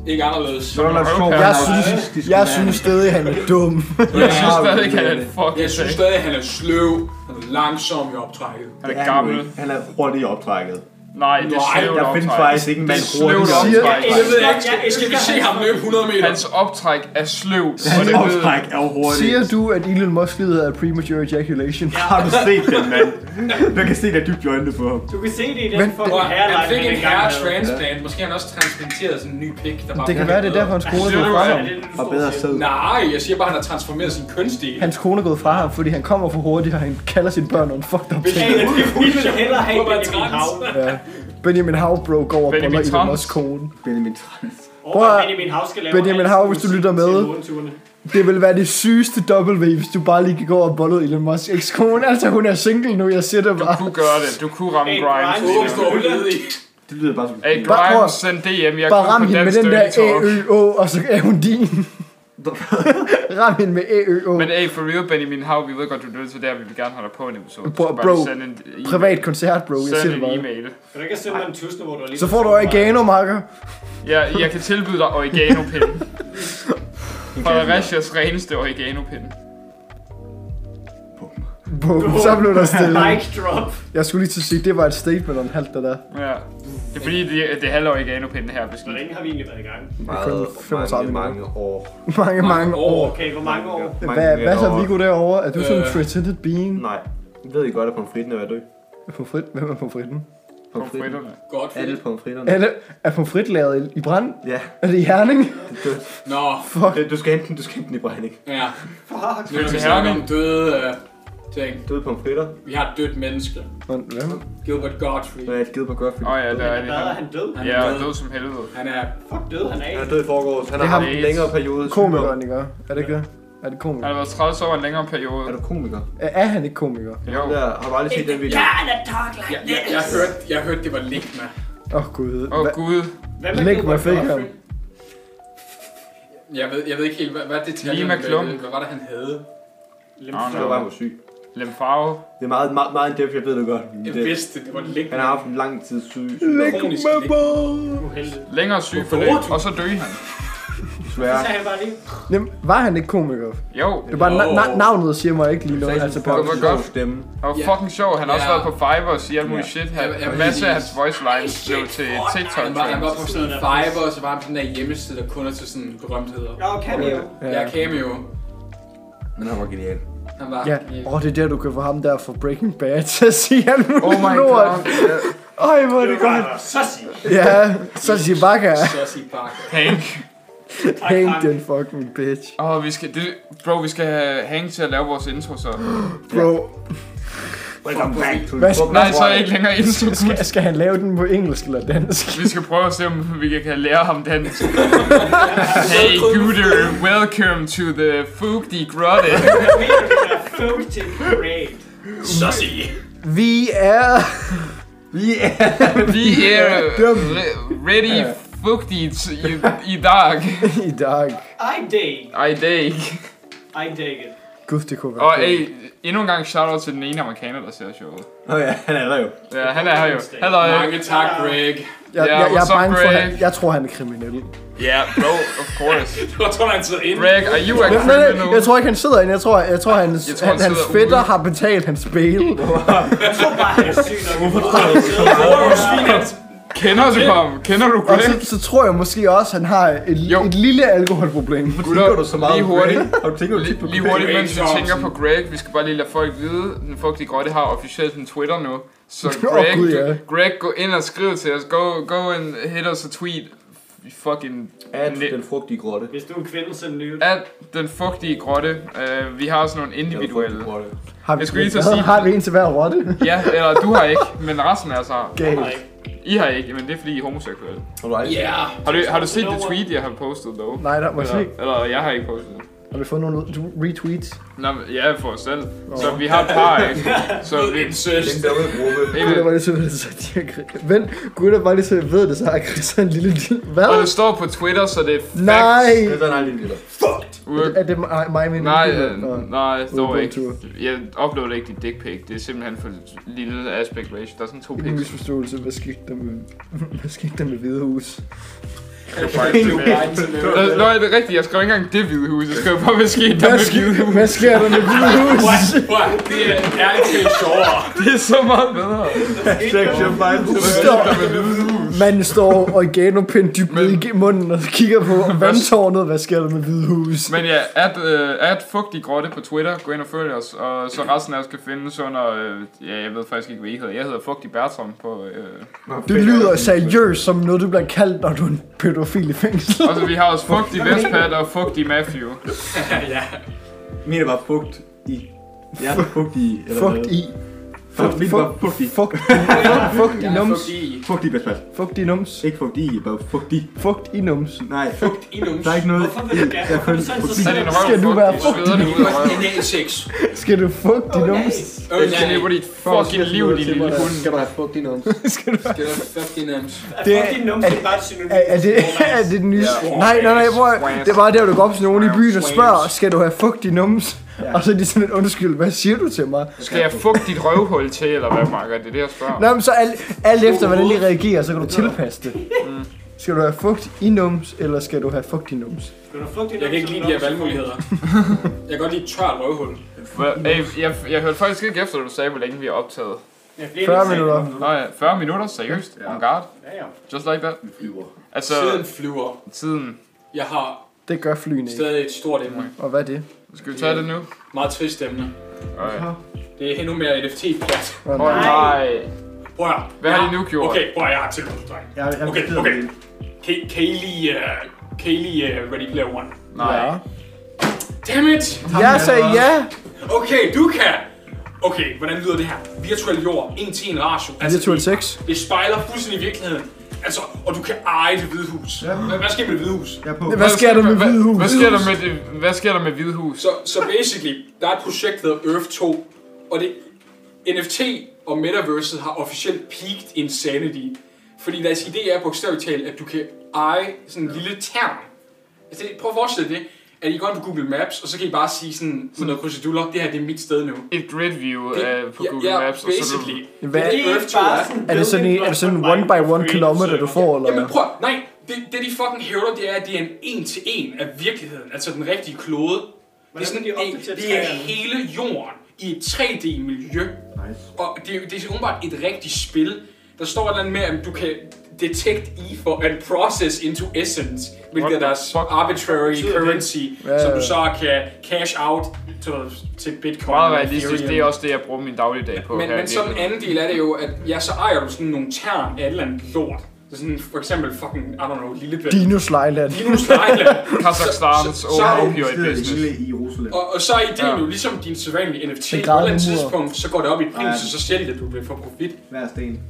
Speaker 2: Ikke anderledes.
Speaker 4: Så er der sjovt,
Speaker 1: Jeg
Speaker 4: han er
Speaker 3: synes-
Speaker 4: autistisk,
Speaker 3: Jeg
Speaker 4: mand.
Speaker 3: synes stadig, han er dum.
Speaker 1: Jeg synes
Speaker 4: Ja,
Speaker 1: stadig, han er
Speaker 4: det.
Speaker 1: en fucking
Speaker 2: Jeg synes stadig, at han er sløv. Han er langsom i optrækket.
Speaker 1: Han
Speaker 4: Det
Speaker 1: er
Speaker 4: er han jo
Speaker 1: gammel.
Speaker 4: ikke. Han er hurtigt optrækket.
Speaker 1: Nej, det er
Speaker 2: Nej,
Speaker 1: sløvt
Speaker 4: Der findes
Speaker 1: optræk.
Speaker 4: faktisk ikke en
Speaker 1: Det
Speaker 4: mand
Speaker 1: er sløvt
Speaker 4: hurtigt
Speaker 3: Siger-
Speaker 1: optræk.
Speaker 2: Jeg ved ikke, skal vi se ham løbe 100 meter?
Speaker 1: Hans optræk er sløvt. og
Speaker 4: Hans
Speaker 1: det ved-
Speaker 4: optræk er jo hurtigt.
Speaker 3: Siger du, at Elon Musk lider af premature ejaculation?
Speaker 4: Har du set den, mand? Du kan se, der er dybt jointe på ham.
Speaker 5: Du kan se det i
Speaker 3: Men-
Speaker 5: den
Speaker 2: Prøv, Han
Speaker 5: fucking hairline,
Speaker 2: fik en
Speaker 5: engang havde.
Speaker 2: herretransplant. Måske har han også transplanteret sådan en ny pik, der bare...
Speaker 3: Det kan være, det er derfor, hans kone er
Speaker 1: Siger
Speaker 3: gået
Speaker 1: du,
Speaker 3: fra
Speaker 1: at-
Speaker 3: ham.
Speaker 5: Ja, det er det, du
Speaker 4: Og
Speaker 5: står
Speaker 4: bedre
Speaker 5: til.
Speaker 4: sæd.
Speaker 2: Nej, jeg siger bare, at han har transformeret sin kønsdel.
Speaker 3: Hans kone er gået fra ham, fordi han kommer for hurtigt, og han kalder sine børn nogle fucked up ting.
Speaker 5: Hey, jeg vil hellere have
Speaker 2: Prøv at være
Speaker 5: Benjamin
Speaker 2: trans.
Speaker 5: Hav.
Speaker 3: Ja. Benjamin Havbro går
Speaker 1: Benjamin
Speaker 3: og boller Elon
Speaker 1: Trump.
Speaker 3: Musk kone.
Speaker 4: Benjamin Trans.
Speaker 5: Over
Speaker 3: at-
Speaker 5: Benjamin Hav skal lave
Speaker 3: Benjamin
Speaker 5: alt
Speaker 3: Hav,
Speaker 5: sådan
Speaker 3: hvis du lytter
Speaker 5: til
Speaker 3: med.
Speaker 5: morgenturene.
Speaker 3: Det ville være det sygeste W, hvis du bare lige kan gå og bollede Elon Musk ekskone. Altså, hun er single nu, jeg siger det
Speaker 1: Du
Speaker 3: bare.
Speaker 1: kunne gøre det. Du kunne ramme
Speaker 5: Hey,
Speaker 1: Grimes.
Speaker 5: Grimes.
Speaker 1: lige
Speaker 2: Åh,
Speaker 1: nu.
Speaker 2: står ledig.
Speaker 4: Det lyder bare som...
Speaker 1: Hey,
Speaker 3: Bare prøv
Speaker 1: Grimes,
Speaker 3: at-
Speaker 1: send DM. Jeg
Speaker 3: Bare
Speaker 1: kunne
Speaker 3: ram
Speaker 1: på
Speaker 3: hende med
Speaker 1: dansk
Speaker 3: den der
Speaker 1: dirty talk. [laughs]
Speaker 3: AØO, og så er hun din. Ram hende med æø
Speaker 1: Men hey, for real, Benjamin Hav, vi ved godt, du lytter til der, vi vil gerne have dig på en episode.
Speaker 3: Bro,
Speaker 1: Så bare
Speaker 3: bro,
Speaker 1: send en e-mail.
Speaker 3: Privat koncert, bro. Jeg siger
Speaker 1: Send
Speaker 3: det
Speaker 1: en
Speaker 3: bare.
Speaker 1: e-mail.
Speaker 5: Kan du ikke sende mig en tusinde, hvor du lige...
Speaker 3: Så får du oregano, makker.
Speaker 1: Ja, jeg kan tilbyde dig
Speaker 3: [laughs]
Speaker 1: oregano-pinden. Fredericias reneste oregano-pinde.
Speaker 3: Bum, så blev
Speaker 5: [laughs]
Speaker 3: der stille.
Speaker 5: Mic drop.
Speaker 3: Jeg skulle lige til at sige, det var et statement om halvt der der.
Speaker 1: Ja. Det er fordi, det, det er halv oregano-pinden her er
Speaker 5: Hvor
Speaker 1: beskidt.
Speaker 5: længe har vi egentlig været i gang?
Speaker 4: Meget, mange,
Speaker 3: 35
Speaker 4: mange år.
Speaker 3: Mange, mange år.
Speaker 5: Okay, hvor mange år?
Speaker 3: Hvad, hvad så
Speaker 4: år.
Speaker 3: Viggo derovre? Er du sådan en
Speaker 2: Øh.
Speaker 3: transcendent being?
Speaker 4: Nej, ved I godt, at pomfritten er ved at dø?
Speaker 3: Pomfrit? Hvem er pomfritten?
Speaker 4: Pomfritten.
Speaker 1: Pomfritterne.
Speaker 2: Godt.
Speaker 4: Alle pomfritterne.
Speaker 3: Alle er pomfrit lavet i- i brand?
Speaker 4: Ja,
Speaker 3: Er det i Herning?
Speaker 4: det er dødt.
Speaker 2: Nå,
Speaker 4: Du skal hente den, du skal hente den i brænding.
Speaker 2: ja. Nu
Speaker 1: Til
Speaker 2: når vi snakker
Speaker 1: Herning.
Speaker 2: om døde øh, ting.
Speaker 4: Døde pomfritter.
Speaker 2: Vi har et dødt menneske.
Speaker 3: Men Hvem?
Speaker 2: Gilbert Godfrey.
Speaker 4: Der er et givet på Godfrey.
Speaker 1: Åh ja, der
Speaker 5: Han
Speaker 1: er
Speaker 5: er
Speaker 1: det.
Speaker 5: hvad? Er han død?
Speaker 2: Han
Speaker 1: Ja,
Speaker 2: er
Speaker 1: og
Speaker 2: død.
Speaker 1: død som helvede.
Speaker 2: Han er...
Speaker 5: Fuck død, han er
Speaker 4: Han er
Speaker 5: ikke.
Speaker 4: død i forgårs. Han har
Speaker 3: Det
Speaker 4: haft
Speaker 1: har-
Speaker 4: en længere periode.
Speaker 3: Komiker, ikke? Er det ikke det? Er det
Speaker 1: Han
Speaker 3: komiker?
Speaker 1: har været 30 år i en længere periode.
Speaker 4: Er du komiker?
Speaker 3: Er, er han ikke komiker?
Speaker 1: Jo.
Speaker 4: Der, har du aldrig set den video?
Speaker 2: Jeg, jeg, jeg, hørte, jeg hørte, det var Ligma.
Speaker 3: Åh oh, gud.
Speaker 1: Åh oh,
Speaker 3: Hva-
Speaker 1: gud.
Speaker 5: Hvem
Speaker 3: Læg
Speaker 5: Gilbert
Speaker 3: mig fik
Speaker 5: Godfrey?
Speaker 3: ham.
Speaker 2: Jeg ved, jeg ved ikke helt, hvad, hvad det talte
Speaker 1: Lima Klum.
Speaker 2: Hvad var det, han havde?
Speaker 1: Nå,
Speaker 4: Det var
Speaker 1: nå.
Speaker 4: bare, hvor syg.
Speaker 1: Lemfarve.
Speaker 4: Det er meget, meget, meget depth, jeg ved det godt. Men
Speaker 2: Jeg
Speaker 4: Det,
Speaker 2: vidste, det var Ligma.
Speaker 4: han har haft en lang tid syg.
Speaker 2: Læg mig
Speaker 5: Uheldigt.
Speaker 1: Længere syg for det.
Speaker 2: Hvorfor?
Speaker 1: Og så døde han.
Speaker 5: Så
Speaker 4: Desværre.
Speaker 5: sagde han bare lige.
Speaker 3: Jamen, var han ikke komiker?
Speaker 1: Jo.
Speaker 3: Det er bare na- na- navnet siger mig ikke lige noget. Altså, på
Speaker 1: Det var godt.
Speaker 4: stemme.
Speaker 1: Det var
Speaker 2: Ja.
Speaker 1: fucking sjov. Han har også
Speaker 2: Ja.
Speaker 1: været på Fiverr og siger alt muligt shit. Han,
Speaker 2: Jeg- jeg-
Speaker 1: en masse af hans voice lines blev til tiktok
Speaker 2: Han var, han var
Speaker 1: trends
Speaker 2: på sådan en Fiverr, og så var han på den der hjemmeside, der kun er til sådan berømtheder.
Speaker 5: Nå, cameo.
Speaker 2: Ja, Cameo.
Speaker 4: Men han var genial.
Speaker 2: Han var...
Speaker 3: Ja, åh, oh, det er der, du kan få ham der fra Breaking Bad til at sige alt muligt
Speaker 1: Oh my
Speaker 3: lort.
Speaker 1: god.
Speaker 3: Ej, hvor er det godt.
Speaker 5: Så sig.
Speaker 3: Ja, så siger Bakker,
Speaker 2: Sassy Parker.
Speaker 1: Hank.
Speaker 3: hang den fucking bitch.
Speaker 1: Åh, oh, vi skal... Det, bro, vi skal have Hank til at lave vores intro så.
Speaker 3: Bro,
Speaker 4: Welcome back to
Speaker 3: Hvad-
Speaker 1: Nej, så er ikke længere intro. [laughs]
Speaker 3: skal, skal han lave den på engelsk eller dansk?
Speaker 1: Vi skal prøve at se, om vi kan lære ham [laughs] dansk. hey, Guder, welcome to the Fugdi Grotte.
Speaker 5: Fugtig parade.
Speaker 3: Vi er... [laughs]
Speaker 4: Vi er...
Speaker 1: Vi er
Speaker 3: Dem.
Speaker 1: re- ready fugtigt i, i [laughs] dag.
Speaker 3: I dag.
Speaker 5: I dig.
Speaker 1: Ej, det er ikke.
Speaker 5: I dig it.
Speaker 3: Gud, det kunne være
Speaker 1: Og
Speaker 3: fedt.
Speaker 1: ey, endnu en gang shoutout til den ene amerikaner, der ser showet.
Speaker 4: [laughs] Nå ja, han er der jo.
Speaker 1: Ja, han er her jo. Hello.
Speaker 2: Mange tak, Greg.
Speaker 3: jeg,
Speaker 1: ja,
Speaker 3: jeg, jeg,
Speaker 1: what's
Speaker 3: er
Speaker 1: up,
Speaker 3: bange for,
Speaker 1: Greg?
Speaker 3: han, jeg tror, han er kriminel.
Speaker 1: Yeah, bro, of course.
Speaker 2: [laughs] Jeg tror, han sidder inde.
Speaker 1: Greg, are you a
Speaker 3: Nej, nej, nej, jeg
Speaker 1: criminal?
Speaker 3: tror ikke, han sidder inde. Jeg tror, jeg tror, hans,
Speaker 1: Jeg
Speaker 3: jeg
Speaker 1: tror,
Speaker 3: tror,
Speaker 1: han
Speaker 3: han, hans
Speaker 1: sidder
Speaker 3: fætter
Speaker 1: ude.
Speaker 3: har betalt hans bail.
Speaker 5: Jeg tror bare, han er syg nok.
Speaker 1: Kender du ham? Kender du
Speaker 3: Og så,
Speaker 1: Greg?
Speaker 3: så tror jeg måske også, han har et,
Speaker 1: Jo.
Speaker 3: et lille alkoholproblem.
Speaker 4: Tænker du så meget
Speaker 1: lige
Speaker 4: om
Speaker 1: hurtigt.
Speaker 4: Greg? Har du tænkt tit på
Speaker 1: Lige
Speaker 4: Greg?
Speaker 1: hurtigt, mens vi
Speaker 2: Greg
Speaker 1: tænker på
Speaker 2: Johnson.
Speaker 1: Greg, vi skal bare lige lade folk vide, den fugtige grotte har officielt en Twitter nu. Så
Speaker 3: [laughs] Åh,
Speaker 1: Greg,
Speaker 3: Gud, ja.
Speaker 1: Greg, gå ind og skriv til os. Go, go and hit us a tweet. Fucking
Speaker 4: At den frugtige grotte.
Speaker 5: Hvis du er en kvinde, så nyt.
Speaker 1: at den fugtige grotte. Uh, vi har sådan nogle individuelle.
Speaker 4: grotte.
Speaker 3: Har vi,
Speaker 1: Jeg skulle lige til at
Speaker 3: hvad,
Speaker 1: sige-
Speaker 3: har vi en til hver rotte?
Speaker 1: Ja, eller du har ikke, men resten er så. har.
Speaker 3: Galt.
Speaker 1: I har ikke, men det er fordi I er homoseksuelle.
Speaker 4: Har du aldrig
Speaker 2: Ja.
Speaker 1: Har du, har du set det tweet, jeg har postet dog?
Speaker 3: Nej, der må jeg se.
Speaker 1: Eller, eller jeg har ikke postet det.
Speaker 3: Har vi fået nogle retweets?
Speaker 1: Nå, men jeg er for os selv. Så vi har et par, ikke? Så vi...
Speaker 4: set den dumme gruppe?
Speaker 3: Gutter
Speaker 1: Ikke?
Speaker 3: var lige så ved det, [laughs] så de har Chris. Vent, gutter var lige så ved det, så har Chris en lille... Hvad?
Speaker 1: Og det står på Twitter, så det er facts.
Speaker 3: Nej!
Speaker 4: Det er der aldrig lille.
Speaker 1: Ude-
Speaker 3: Er det mig, mig min
Speaker 1: Nej,
Speaker 3: lille?
Speaker 1: øh,
Speaker 3: Nå.
Speaker 1: nej, det står
Speaker 3: Ude på
Speaker 1: ikke. Jeg uploader ikke dit dick pic. Det er simpelthen for lille aspect ratio. Der er sådan to
Speaker 3: Det er en
Speaker 1: pics.
Speaker 3: misforståelse. Hvad skete der med, [laughs] hvad skete der med Hvide Hus?
Speaker 1: Der, nej, det er rigtigt. Jeg skrev ikke engang det hvide hus. Jeg skrev bare, hvad skete der
Speaker 3: Hvad,
Speaker 1: med hvide
Speaker 3: sker, hvad sker der med Hvide Hus?
Speaker 2: Fuck, det er ærligt talt sjovere.
Speaker 1: [laughs] Det er så meget bedre.
Speaker 4: Section 5.
Speaker 3: Står, man står organopind dybt ned i munden og kigger på vandtårnet. Hvad sker der med Hvide Hus?
Speaker 1: Men ja, at, øh, at fugtig grotte på Twitter. Gå ind og følg os. Og så resten af os kan findes under... Øh, ja, jeg ved faktisk ikke, hvad I hedder. Jeg hedder Fugtig Bertram på... Øh.
Speaker 3: Det lyder seriøst som noget, du bliver kaldt, når du er en pædofil i fængsel.
Speaker 1: Og så Altså, vi har også Fugtig Vestpat og Fugtig Matthew.
Speaker 2: Ja.
Speaker 4: Min er bare fugt i. Jeg er fugt i. eller
Speaker 3: Fuck
Speaker 4: hvad?
Speaker 3: i.
Speaker 4: Fuck, min var
Speaker 3: Fuck,
Speaker 4: fugtig.
Speaker 3: fuck, fuck, fuck de nums.
Speaker 1: Fordi
Speaker 4: Fugtig bedspalt.
Speaker 3: Fuck de nums.
Speaker 4: Ikke fugtig, bare fugtig.
Speaker 3: Fuck de nums.
Speaker 4: Nej, fugt.
Speaker 2: I nums.
Speaker 4: Der er ikke noget
Speaker 5: Hvorfor vil du gerne?
Speaker 4: Jeg
Speaker 5: Hvorfor vil du
Speaker 4: følte-
Speaker 5: så altid
Speaker 1: så er det en
Speaker 5: sige-
Speaker 1: røv,
Speaker 3: Skal du være
Speaker 1: fuck, de sveder det ud af røven.
Speaker 2: NA6.
Speaker 3: Skal du fuck de nums?
Speaker 2: Oh,
Speaker 1: Jeg lever dit fucking liv, din lille hund.
Speaker 4: Skal du have fugt i nogen?
Speaker 3: [laughs]
Speaker 2: Skal du fucking nams.
Speaker 3: Det
Speaker 5: Fuck din numse, det er bare et synonym.
Speaker 3: Er, er det, er det den nye... Nej, nej, nej, prøv at- Det er bare der, hvor du går op til nogen i byen og spørger, skal du have fuck de nums? Og så er de sådan lidt undskyld, hvad siger du til mig?
Speaker 1: Skal jeg fuck dit røvhul til, eller hvad, Marker? Det er det, jeg spørger.
Speaker 3: Nej, men så alt, alt efter, hvordan de reagerer, så kan du tilpasse det. Skal du have fugt i nums, eller skal du have fugt i nums?
Speaker 5: Skal du fuck din
Speaker 2: Jeg kan ikke lide
Speaker 5: numse,
Speaker 2: de her
Speaker 5: så-
Speaker 2: valgmuligheder. Jeg kan godt lide et tørt røvhul.
Speaker 1: Hva- Ey, jeg, jeg hørte faktisk ikke efter, at du sagde, hvor længe vi er optaget.
Speaker 5: Ja, flere
Speaker 3: 40
Speaker 5: end-
Speaker 3: minutter.
Speaker 1: Nå ja, 40 minutter, seriøst. On guard.
Speaker 5: Ja, ja.
Speaker 1: Just like that.
Speaker 4: Flyver.
Speaker 1: Altså,
Speaker 2: Tiden flyver.
Speaker 1: tiden.
Speaker 2: Jeg har
Speaker 3: Det gør flyene ikke.
Speaker 2: stadig et stort emne.
Speaker 3: Og hvad er det?
Speaker 1: Skal vi tage det nu?
Speaker 2: Meget trist emne.
Speaker 1: Alright.
Speaker 2: Det er endnu mere NFT-plat.
Speaker 3: Åh,
Speaker 1: Åh oh,
Speaker 3: nej.
Speaker 1: nej.
Speaker 2: Prøv at høre.
Speaker 1: Hvad
Speaker 2: Jeg
Speaker 1: har de nu gjort?
Speaker 2: Okay, prøv at høre, jeg har til dreng.
Speaker 4: Jeg, jeg
Speaker 2: Okay, okay. Kan, I- kan I lige, uh, kan I lige uh, Ready Player One?
Speaker 1: Nej.
Speaker 3: Ja.
Speaker 2: Dammit!
Speaker 3: Jeg sagde ja.
Speaker 2: Okay, du kan! Okay, hvordan lyder det her? Virtuel jord, en til en ratio. Altså,
Speaker 3: Virtual
Speaker 2: det-
Speaker 3: 6.
Speaker 2: Det spejler fuldstændig virkeligheden. Altså, og du kan eje det hvide hus. Hvad, hvad sker med det hvide hus?
Speaker 4: Jeg er på.
Speaker 3: Hvad sker der med
Speaker 1: Hva-
Speaker 3: Hvide Hus?
Speaker 1: Hvad sker der med, det- hvad sker der med Hvide Hus?
Speaker 2: Så, så basically, der er et projekt, der hedder Earth 2, og det NFT og Metaverset har officielt peaked insanity. Fordi deres idé er bogstaveligt talt, at du kan eje sådan en lille term. Altså, det- prøv at forestille det, at I går ind på Google Maps, og så kan I bare sige sådan, sådan noget krydseduller, det her det er mit sted nu.
Speaker 1: Et grid view
Speaker 2: Det,
Speaker 1: af, på Google
Speaker 2: ja,
Speaker 1: Maps.
Speaker 2: Ja,
Speaker 1: Og så
Speaker 2: basically.
Speaker 1: du,
Speaker 3: Hvad,
Speaker 2: Det er
Speaker 5: Det er
Speaker 2: Earth 2
Speaker 5: bare
Speaker 2: er.
Speaker 5: sådan
Speaker 3: er det sådan en, er det sådan en one by one kilometer, du får, eller
Speaker 2: Jamen
Speaker 3: hvad?
Speaker 2: prøv, at- nej, det, det de fucking hævder, det er, at det er en en til en af virkeligheden, altså den rigtige klode. Det er, sådan,
Speaker 5: vil de
Speaker 2: det,
Speaker 5: opdatere
Speaker 2: det er
Speaker 5: træerne?
Speaker 2: hele jorden i et 3D-miljø.
Speaker 4: Nice.
Speaker 2: Og det, er- det er åbenbart et rigtigt spil. Der står et eller andet med, at du kan detect E for and process into essence, hvilket er
Speaker 1: What the
Speaker 2: deres
Speaker 1: fuck?
Speaker 2: arbitrary
Speaker 5: betyder det?
Speaker 2: currency,
Speaker 3: Ja,
Speaker 2: som
Speaker 3: ja.
Speaker 2: du så kan cash out til, til bitcoin.
Speaker 1: meget
Speaker 2: og
Speaker 1: realistisk,
Speaker 2: Ethereum.
Speaker 1: det er også det, jeg bruger min dagligdag på.
Speaker 2: Men,
Speaker 1: her i
Speaker 2: men så den
Speaker 1: virkeligheden.
Speaker 2: anden del af det jo, at ja, så ejer du sådan nogle tern af et eller andet lort. Så sådan for eksempel fucking, I don't know, Lillebælt.
Speaker 3: Dinos Lejland.
Speaker 2: Linus Island.
Speaker 1: [laughs] Kazakhstans
Speaker 2: så- så-
Speaker 1: own
Speaker 2: så-
Speaker 1: opioid business.
Speaker 4: i Jerusalem.
Speaker 2: Og, og så er ideen
Speaker 1: Ja.
Speaker 2: ja. jo ligesom din sædvanlige NFT. På
Speaker 3: Det
Speaker 2: et
Speaker 3: grædende
Speaker 2: eller andet
Speaker 3: mur.
Speaker 2: tidspunkt, så går det op i
Speaker 4: Ja.
Speaker 2: pris, og så sælger det, at du bliver for profit.
Speaker 4: Hver sten.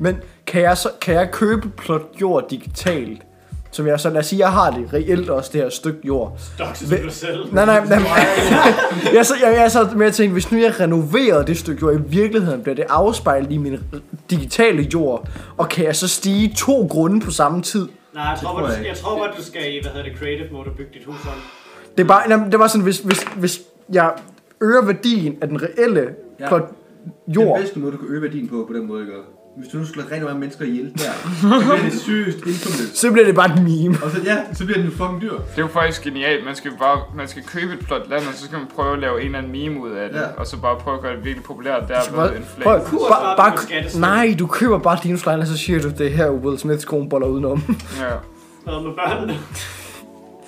Speaker 3: Men kan jeg, så, kan jeg købe plot jord digitalt? Som jeg så, lad os sige, jeg har det reelt også, det her stykke jord.
Speaker 5: Doxes
Speaker 3: Hvem-
Speaker 5: dig selv.
Speaker 3: Nej, nej, nej. [laughs] jeg, så, jeg, jeg så med at tænke, hvis nu jeg renoverede det stykke jord, i virkeligheden bliver det afspejlet i min digitale jord. Og kan jeg så stige to grunde på samme tid?
Speaker 5: Nej, jeg tror,
Speaker 4: tror
Speaker 5: bare,
Speaker 4: jeg
Speaker 5: du, jeg tror bare, du skal i, hvad hedder det, creative mode og bygge dit hus om.
Speaker 3: Det er bare, nej, det var sådan, hvis, hvis, hvis jeg øger værdien af den reelle
Speaker 4: Ja.
Speaker 3: plot
Speaker 4: Den
Speaker 3: jord,
Speaker 4: bedste måde, du kan øge værdien på, på den måde, ikke? Hvis du nu slår rigtig mange mennesker ihjel der, så bliver [laughs] det sygt indkommet.
Speaker 3: så bliver det bare et meme.
Speaker 4: Og så, ja, så bliver den jo fucking dyr.
Speaker 1: Det er jo faktisk genialt. Man skal, bare, man skal købe et plot land, og så skal man prøve at lave en eller anden meme ud af det.
Speaker 4: Ja.
Speaker 1: Og så bare prøve at gøre det virkelig populært der
Speaker 3: Prøv,
Speaker 1: ved en flag.
Speaker 3: prøv,
Speaker 5: Kurs
Speaker 3: bare,
Speaker 5: bare
Speaker 3: bare,
Speaker 5: på skattested.
Speaker 3: nej, du køber bare din slejl, og så siger du, det er her Will Smiths kone boller
Speaker 1: [laughs]
Speaker 3: udenom.
Speaker 1: Ja.
Speaker 5: Hvad med
Speaker 2: [laughs]
Speaker 5: børnene?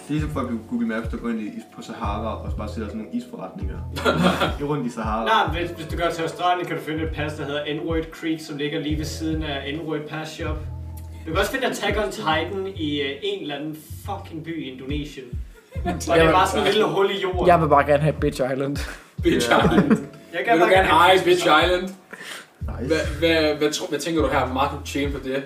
Speaker 4: Det er ligesom folk på Google Maps, der går ind i, på Sahara og så bare sætter sådan nogle
Speaker 2: [laughs]
Speaker 4: isforretninger. rundt i Sahara.
Speaker 5: Nej, hvis, hvis du går til Australien, kan du finde et pas, der hedder Enroyd Creek, som ligger lige ved siden af Enroyd Pass Shop. Du kan også finde Attack on Titan i øh, en eller anden fucking by i Indonesien. Og det er bare sådan et lille hul i jorden.
Speaker 3: Jeg vil bare gerne have Bitch Island.
Speaker 2: Bitch Island.
Speaker 5: jeg
Speaker 2: Vil du gerne eje Bitch Island?
Speaker 4: Nice.
Speaker 2: Hvad, hvad, hvad, tror, hvad tænker du her? Mark kunne tjene på det?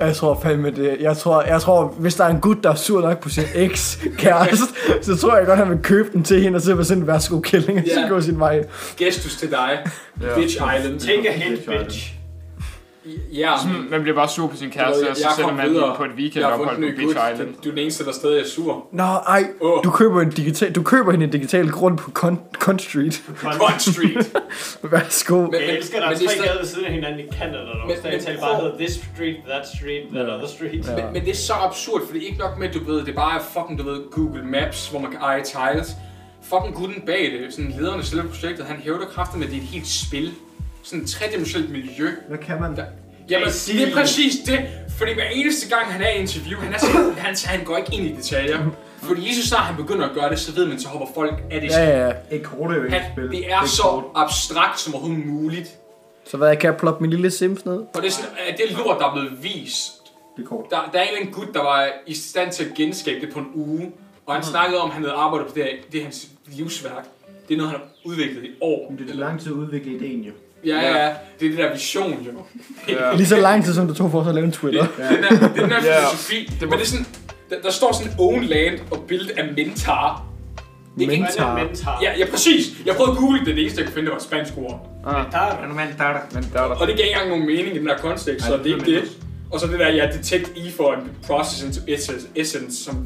Speaker 3: Jeg tror fandme det. Jeg tror, jeg tror, hvis der er en gut, der er sur nok på sin
Speaker 1: [laughs]
Speaker 3: eks-kæreste, så tror jeg godt, han vil købe den til hende, og så vil sådan, værsgo kælling, og så
Speaker 2: Ja.
Speaker 3: gå sin vej.
Speaker 2: Gestus til dig.
Speaker 1: Ja. Mm.
Speaker 2: Bitch Island.
Speaker 5: Take a hit, bitch.
Speaker 2: Ja,
Speaker 1: Sådan, man bliver bare sur på sin kæreste, og så
Speaker 2: jeg
Speaker 1: sender
Speaker 2: kom
Speaker 1: man den
Speaker 2: videre.
Speaker 1: på et
Speaker 2: jeg har
Speaker 1: weekendophold
Speaker 2: fundet
Speaker 1: på
Speaker 2: en ny
Speaker 1: Beach
Speaker 2: gut.
Speaker 1: Island.
Speaker 2: Du- Du er den eneste, der stadig er sur.
Speaker 3: Nå, ej.
Speaker 2: Åh.
Speaker 3: Du køber, en digital, du køber hende en digital grund på Con, Con Street. [laughs]
Speaker 2: Front Street.
Speaker 3: Værsgo.
Speaker 2: Men-
Speaker 5: Jeg elsker, at der
Speaker 2: men det er
Speaker 5: er tre
Speaker 2: stadig-
Speaker 5: gader ved siden af hinanden i Canada, der
Speaker 2: Men-
Speaker 5: også der
Speaker 2: men
Speaker 5: talt
Speaker 2: prøv-
Speaker 5: bare hedder this street, that street, that other street.
Speaker 3: Ja.
Speaker 5: Ja.
Speaker 2: Men, men det er så absurd, fordi ikke nok med, at du ved, det bare er fucking, du ved, Google Maps, hvor man kan eje tiles. Fucking gutten bag det, sådan lederen af selve projektet, han hævder kræfter med, at det er et helt spil. Sådan et tredimensionelt miljø.
Speaker 4: Hvad kan man?
Speaker 2: Der, jamen, det er præcis det, fordi hver eneste gang, han er i interview, han, er så, han, han går ikke ind i detaljer. Fordi lige så snart han begynder at gøre det, så ved man, så hopper folk af det.
Speaker 3: Ja, ja, ja.
Speaker 4: Ikke kort er jo ikke et
Speaker 2: Han,
Speaker 4: spil.
Speaker 2: det er
Speaker 4: Ikke
Speaker 2: så
Speaker 4: kort.
Speaker 2: abstrakt som overhovedet muligt.
Speaker 3: Så hvad, kan jeg ploppe min lille Sims ned?
Speaker 2: Og det er sådan, at det lort, der er blevet vist,
Speaker 4: Det er kort.
Speaker 2: Der, der er en eller anden gut, der var i stand til at genskabe det på en uge,
Speaker 1: Mhm.
Speaker 2: og han snakkede om, at han havde arbejdet på det her, det er hans livsværk. Det er noget, han har udviklet i år.
Speaker 4: Men det er lang tid at udvikle ideen jo.
Speaker 2: Ja, ja, ja. Det er det der vision,
Speaker 1: [laughs]
Speaker 2: jo.
Speaker 1: Ja.
Speaker 3: Lige så lang tid, som det tog for os at lave en Twitter.
Speaker 2: Det er den her, det er den her
Speaker 1: Ja.
Speaker 2: filosofi. Men det er sådan, der, der står sådan own land og build af mentar. Det er ikke-
Speaker 3: Mentar.
Speaker 7: Mentar.
Speaker 2: Ja, ja, præcis. Jeg prøvede at google det, det eneste jeg kunne finde, det var et spansk ord.
Speaker 7: Mentar.
Speaker 1: Men der er der.
Speaker 2: Og det gav ikke engang nogen mening i den der kontekst, så det er ikke det. Og så det der, ja, detect E for en process into essence, essence som,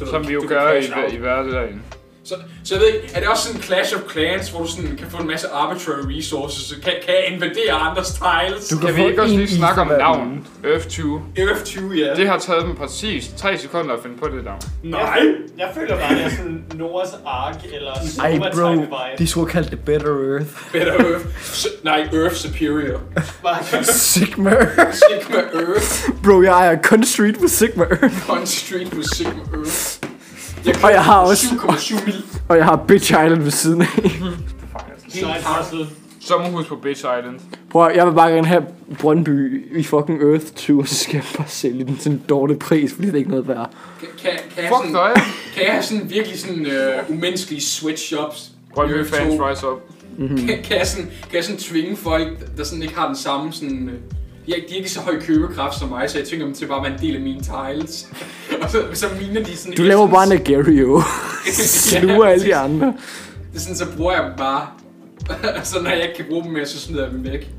Speaker 2: du ved,
Speaker 1: Som vi jo
Speaker 2: du kan
Speaker 1: gør i,
Speaker 2: flash out.
Speaker 1: hver- i verden derinde.
Speaker 2: Så, så jeg ved ikke, er det også sådan Clash of Clans, hvor du sådan kan få en masse arbitrary resources, så kan, kan jeg invadere andres tiles?
Speaker 3: Du
Speaker 1: Kan vi
Speaker 3: få
Speaker 1: ikke også
Speaker 3: en
Speaker 1: lige
Speaker 3: i
Speaker 1: snakke om
Speaker 3: for hver
Speaker 1: navn? Earth 20.
Speaker 2: F20, ja.
Speaker 1: Det har taget dem præcis 3 sekunder at finde på det navn.
Speaker 2: Nej!
Speaker 7: Jeg føler bare, det er sådan Noahs Ark eller
Speaker 3: Ej,
Speaker 7: Soma
Speaker 3: bro.
Speaker 7: Time Vibe.
Speaker 3: De skulle kalde det Better Earth. [laughs]
Speaker 2: Better Earth. S- nej, Earth Superior.
Speaker 7: Bare-
Speaker 3: Sigma
Speaker 2: Sigma Earth. [laughs]
Speaker 3: Bro, jeg ejer kun street med Sigma Earth.
Speaker 2: On street på Sigma Earth. Jeg
Speaker 3: Og jeg har
Speaker 2: købte
Speaker 3: også-
Speaker 2: 7,7 mil.
Speaker 3: Og jeg har Bitch Island ved siden af.
Speaker 7: Side hustle.
Speaker 1: Sommerhus på Bitch Island.
Speaker 3: Prøv at- jeg vil bare gerne have Brøndby i fucking Earth 20, og så skal jeg bare sælge den til en dårlig pris, fordi det er ikke noget værd.
Speaker 2: Kan, kan, kan, jeg
Speaker 1: Fuck
Speaker 2: sådan,
Speaker 1: dig.
Speaker 2: kan jeg have sådan virkelig sådan øh, umenneskelige sweatshops?
Speaker 1: Brøndby
Speaker 2: Earth
Speaker 1: fans
Speaker 2: to?
Speaker 1: rise up.
Speaker 2: kan, kan, jeg sådan, kan jeg sådan tvinge folk, der sådan ikke har den samme sådan... øh, De er, ikke- de er ikke så høj købekraft som mig, så jeg tvinger dem til bare at være en del af mine tiles. [laughs] og så, så miner de sådan...
Speaker 3: Du laver bare en
Speaker 2: essence.
Speaker 3: Agario. Sluger alle de
Speaker 2: præcis.
Speaker 3: andre.
Speaker 2: Det er sådan, så bruger jeg dem bare. [laughs] så når jeg ikke kan bruge dem mere, så smider jeg dem væk.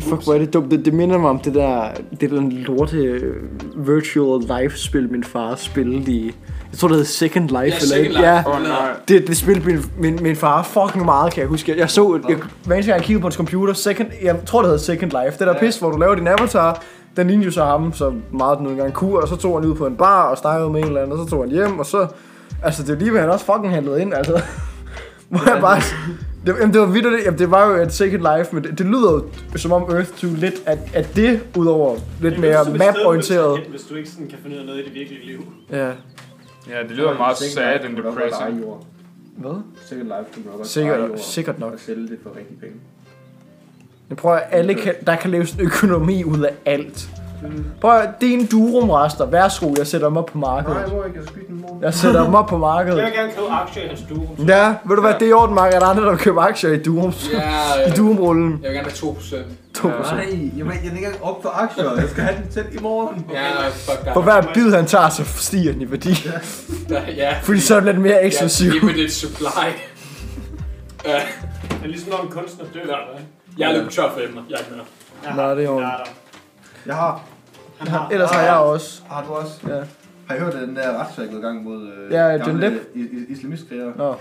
Speaker 3: Fuck, hvor er det dumt. Det, det minder mig om det der, det der lorte øh, virtual life spil, min far spillede i... Jeg tror, det hed Second Life.
Speaker 2: Ja, Second
Speaker 3: ikke?
Speaker 2: Life.
Speaker 3: Ja,
Speaker 1: Åh oh, nej.
Speaker 3: det, det spillede min, min, min far fucking meget, kan jeg huske. Jeg, jeg så, et- jeg, hver eneste gang jeg kiggede på hans computer, second, jeg tror, det hedder Second Life. Det der ja. pis, hvor du laver din avatar, den lignede jo så ham, så meget den nu engang kunne, og så tog han ud på en bar og snakkede med en eller anden, og så tog han hjem, og så... Altså, det er lige, hvad han også fucking handlede ind, altså. Hvor jeg bare... Det, jamen, det var vildt, det, jamen, det var jo et Second Life, men det, det lyder jo som om Earth 2 lidt at, at det, udover lidt
Speaker 7: Det er sådan et sted,
Speaker 3: mere
Speaker 7: du vil
Speaker 3: map-orienteret.
Speaker 7: tage hen, Hvis du ikke sådan kan finde ud af noget i det virkelige liv.
Speaker 3: Ja.
Speaker 1: Ja, det lyder meget sad and depressing.
Speaker 3: Hvad?
Speaker 4: Second Life kunne man godt
Speaker 3: Sikkert-
Speaker 4: eje jord
Speaker 3: sikkert nok.
Speaker 4: Og sælge det for rigtig penge.
Speaker 3: Men prøv at alle kan, der kan laves en økonomi ud af alt. Prøv at, det er en durumrester. Værsgo, jeg sætter dem op på
Speaker 4: Nej,
Speaker 3: markedet.
Speaker 4: hvor jeg kan skyde den morgen.
Speaker 3: Jeg sætter dem op på
Speaker 7: Jeg
Speaker 3: markedet.
Speaker 7: vil gerne købe aktier i hans durum.
Speaker 3: Ja, ved du hvad, det er i orden, Mark. Er der andre, der vil købe aktier i Durum?
Speaker 2: Ja,
Speaker 3: I
Speaker 2: øh,
Speaker 3: Durumrullen.
Speaker 2: jeg vil gerne have 2%.
Speaker 3: 2%.
Speaker 4: Nej, jeg ved, jeg er ikke engang op for aktier. Jeg skal have den selv i morgen.
Speaker 2: Ja, fuck dig.
Speaker 3: For hver bid, han tager, så stiger den i værdi.
Speaker 2: Ja,
Speaker 3: Fordi så er den lidt mere eksklusiv.
Speaker 2: Ja, limited supply. Øh,
Speaker 7: Det er ligesom når en kunstner dør, eller hvad?
Speaker 2: jeg er løbet tør for emner. Jeg er ikke mere.
Speaker 7: Ja,
Speaker 3: Nå, det er jo-
Speaker 7: der er der.
Speaker 4: Jeg har.
Speaker 7: Han har.
Speaker 3: Ellers har jeg også.
Speaker 4: Har du også?
Speaker 3: Ja.
Speaker 4: Har I hørt, at den der retssag er gået i gang mod øh,
Speaker 3: Ja, Johnny Depp.
Speaker 4: i- i- islamistkriger?
Speaker 3: Nå.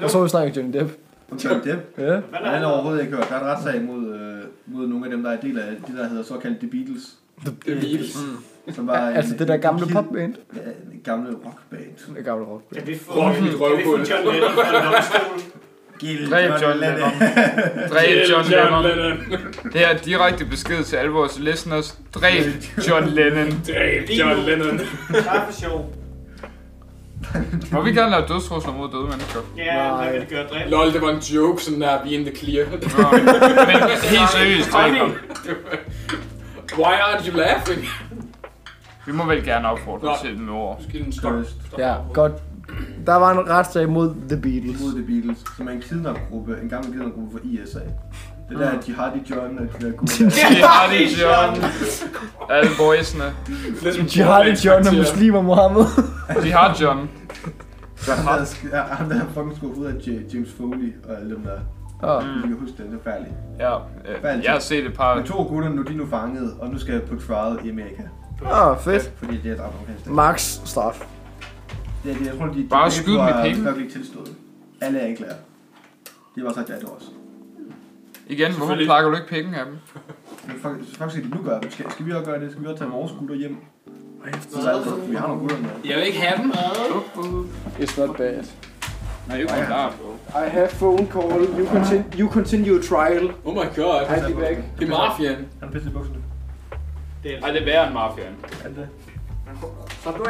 Speaker 3: Jeg tror, vi snakker Johnny Depp.
Speaker 4: Om Johnny Depp?
Speaker 3: Ja.
Speaker 7: Hvad
Speaker 4: Nej,
Speaker 7: er
Speaker 4: han har
Speaker 7: der?
Speaker 4: overhovedet ikke hørt. Der er en retssag mod, øh, mod nogle af dem, der er en del af de, der hedder såkaldt The Beatles.
Speaker 2: Det er vildt.
Speaker 4: Som var en-
Speaker 3: Mm. Altså det der
Speaker 4: en-
Speaker 3: gamle
Speaker 4: en-
Speaker 3: popband.
Speaker 4: Ja, en gamle rockband.
Speaker 3: Det gamle rock.
Speaker 7: Kan vi få,
Speaker 2: Rock
Speaker 7: kan
Speaker 2: mit
Speaker 7: vi få
Speaker 2: røvhul.
Speaker 7: John Lennon fra domstolen?
Speaker 4: Gil,
Speaker 1: Dræb John
Speaker 4: [laughs]
Speaker 1: Lennon. Dræb John Lennon.
Speaker 2: Lennon.
Speaker 1: Det er direkte besked til alle vores listeners. Dræb John Lennon.
Speaker 2: Dræb John Lennon.
Speaker 7: Bare for sjov.
Speaker 1: Må vi gerne lave dødstrusler mod døde mennesker?
Speaker 7: Ja, hvad vil det gøre? Dræb.
Speaker 2: Lol, det var en joke, sådan der, vi er in the clear.
Speaker 1: Nå, men helt seriøst, dræb
Speaker 7: Honey.
Speaker 1: ham.
Speaker 2: Why aren't you laughing?
Speaker 1: Vi må vel gerne opfordre
Speaker 2: Nå.
Speaker 1: til det med ord.
Speaker 2: Måske den stop.
Speaker 4: Forrest.
Speaker 3: Ja, godt. Der var en retssag mod The Beatles.
Speaker 4: mod The Beatles, som er en kidnapgruppe, en gammel kidnapgruppe for ISA. Det
Speaker 3: Mm.
Speaker 4: der Jihadi John og de der
Speaker 3: [laughs]
Speaker 4: gutter.
Speaker 1: Det har de, John. Alle boysene.
Speaker 2: Ligesom
Speaker 3: Jihadi John og muslimer Mohammed.
Speaker 1: De har John.
Speaker 4: Han der, sk- ja, ham der fucking skulle ud af J- James Foley og alle dem der.
Speaker 3: Åh.
Speaker 4: Mm. Jeg kan huske den, det er færdigt.
Speaker 1: Ja, øh, jeg har set et par...
Speaker 4: Men to gutter, nu de er nu fanget, og nu skal jeg på trial i Amerika.
Speaker 3: Åh, fedt.
Speaker 4: Fordi det er et amerikansk stat.
Speaker 3: Max straf.
Speaker 4: Det er det, jeg tror, de...
Speaker 1: Bare skyd dem i pikken.
Speaker 4: Jeg ikke tilstået. Alle er anklager. Det var sagt, at det også.
Speaker 1: Igen, hvorfor
Speaker 2: Selvfølgelig.
Speaker 1: plakker du ikke penge af dem?
Speaker 4: Men faktisk, faktisk skal de nu gøre det. Skal, skal vi også gøre det? Skal vi også tage vores gutter hjem? Så er det, så- vi har nogle gutter med.
Speaker 2: Jeg vil ikke have dem.
Speaker 3: It's not bad.
Speaker 1: Nej, ikke klar.
Speaker 3: I have phone call. You continue, you continue trial.
Speaker 2: Oh my god.
Speaker 3: I'll be back.
Speaker 2: Det er mafian.
Speaker 4: Han er pisse i bukserne.
Speaker 1: Ej, det er værre end mafiaen.
Speaker 4: Er det det?
Speaker 3: Så du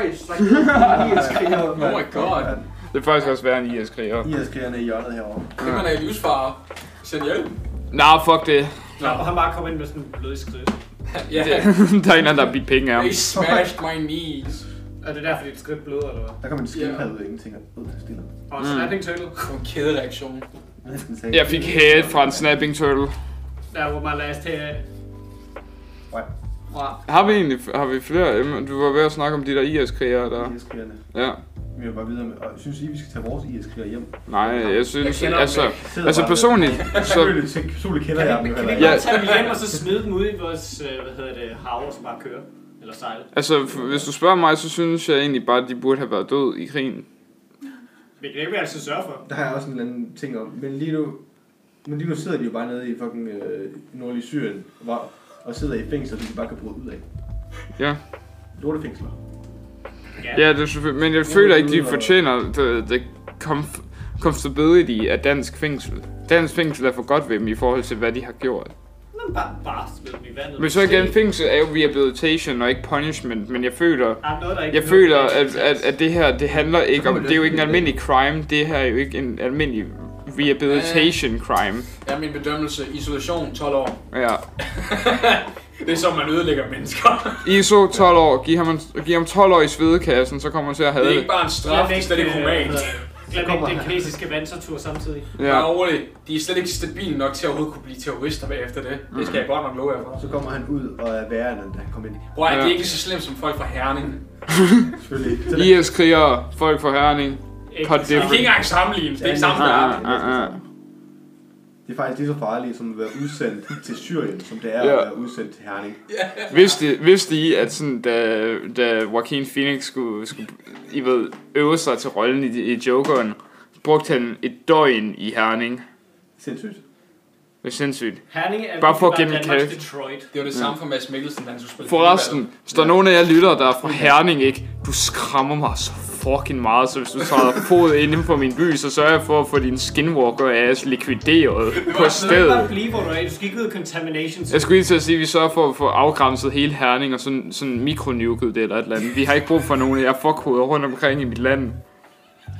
Speaker 2: Oh my god.
Speaker 1: Det er faktisk også værre end IS-kriger.
Speaker 4: IS-krigerne i hjørnet herovre.
Speaker 2: Det man er i livsfare. Send hjælp.
Speaker 1: Nah, fuck det. [laughs]
Speaker 2: Nå.
Speaker 7: Og han bare kom ind med sådan en blodig skridt.
Speaker 2: Ja.
Speaker 1: der er en anden, der har bidt penge af
Speaker 2: They
Speaker 1: ham.
Speaker 2: smashed my knees.
Speaker 7: Er det derfor, dit skridt bløder, eller hvad?
Speaker 1: Mm.
Speaker 4: Der kom en skildpadde ud af ingenting og ud af stille.
Speaker 7: Og så er det ikke tøjlet.
Speaker 2: Det var en kædereaktion.
Speaker 1: Jeg fik head fra en snapping turtle.
Speaker 7: That was my last hit.
Speaker 4: What?
Speaker 7: Wow.
Speaker 1: Har vi egentlig har vi flere emner? Du var ved at snakke om de der IS-krigere der.
Speaker 4: IS-krigerne.
Speaker 1: Ja.
Speaker 4: Vi vil bare videre med, og synes I, vi skal tage vores IS-kriger hjem?
Speaker 1: Nej, jeg synes...
Speaker 2: kender dem
Speaker 1: altså,
Speaker 2: ikke.
Speaker 4: Sidder
Speaker 1: altså
Speaker 4: bare
Speaker 1: personligt,
Speaker 4: Så...
Speaker 1: så...
Speaker 4: Personligt kender jeg dem jo heller
Speaker 7: Kan vi
Speaker 4: ikke.
Speaker 1: Ja.
Speaker 7: bare tage dem hjem og så smide dem ud i vores, øh, hvad hedder det, hav, og så bare køre? Eller sejle?
Speaker 1: Altså, f- hvis du spørger mig, så synes jeg egentlig bare, at de burde have været død i krigen.
Speaker 7: Det kan ikke være, altså sørge for.
Speaker 4: Der har jeg også en eller anden ting om, men lige nu, men lige nu sidder de jo bare nede i fucking øh, nordlige Syrien, og, bare, og sidder i fængsler, som de bare kan bryde ud af.
Speaker 1: Ja.
Speaker 4: Lortefængsler.
Speaker 1: Ja, det er selvfølgelig... Men jeg føler ikke, de fortjener the, the comf- comfortability af dansk fængsel. Dansk fængsel er for godt ved dem i forhold til, hvad de har gjort.
Speaker 7: Men bare, bare smide dem i vandet.
Speaker 1: Men så igen, fængsel er jo rehabilitation og ikke punishment, men jeg føler...
Speaker 7: Der er noget, der ikke
Speaker 1: Jeg
Speaker 7: er
Speaker 1: føler,
Speaker 7: noget, der
Speaker 1: at,
Speaker 7: ikke er
Speaker 1: at, at det her, det handler ikke om, det er jo ikke en almindelig crime, det her er jo ikke en almindelig rehabilitation crime.
Speaker 2: Ja, min bedømmelse. Isolation 12 år.
Speaker 1: Ja.
Speaker 2: Det er som, man ødelægger mennesker.
Speaker 1: ISO 12 år, giv ham, en- giv ham 12 år i svedekassen, så kommer han til at
Speaker 2: Det
Speaker 1: have
Speaker 2: er
Speaker 1: det.
Speaker 2: ikke bare en straf, det er slet ikke
Speaker 7: øh, hvad
Speaker 2: humant.
Speaker 7: hedder det, Glem ikke den kinesiske vandretur samtidig.
Speaker 2: Ja.
Speaker 1: Ja.
Speaker 2: rolig. De er slet ikke stabile nok til at overhovedet kunne blive terrorister bagefter det. Det skal jeg godt nok love jer for.
Speaker 4: Så kommer han ud og er værre, end da han kom ind.
Speaker 2: Bror, ja.
Speaker 1: Ja.
Speaker 2: det er ikke lige så slemt som folk fra Herning.
Speaker 4: Selvfølgelig. Så der,
Speaker 1: IS-krigere, folk fra Herning.
Speaker 7: Ikke
Speaker 1: Cut
Speaker 7: det
Speaker 2: Det kan
Speaker 1: different.
Speaker 2: ikke engang sammenlignes. Det er ikke samme
Speaker 1: Ja,
Speaker 2: verden.
Speaker 1: ja, ja.
Speaker 4: det er faktisk lige så farligt som at være udsendt til Syrien, som det er
Speaker 1: Ja.
Speaker 4: at være udsendt til Herning.
Speaker 1: Vidste, vidste I, at sådan, da, da Joaquin Phoenix skulle, skulle I ved, øve sig til rollen i, i Jokeren, brugte han et døgn i Herning?
Speaker 4: Sindssygt.
Speaker 1: Det er sindssygt.
Speaker 7: Herning er
Speaker 1: Bare for at
Speaker 7: bare
Speaker 1: gemme
Speaker 7: Danmarks
Speaker 1: kæft.
Speaker 7: Detroit.
Speaker 2: Det var det samme for Mads Mikkelsen, da han skulle spille fodbold.
Speaker 1: Forresten, hvis der er nogen af jer lytter, der er fra Herning, ikke? Du skræmmer mig så fucking meget, så hvis du tager fod inden for min by, så sørger jeg for at få din skinwalker-ass likvideret på
Speaker 7: Du skal ikke bare
Speaker 1: stedet.
Speaker 7: blive, hvor du er. Du skal ikke ud af Contamination.
Speaker 1: Jeg skulle lige til at sige, at vi sørger for at få afgrænset hele Herning og sådan, sådan mikronuket det eller et eller andet. Vi har ikke brug for nogen af jer fuckhoveder rundt omkring i mit land.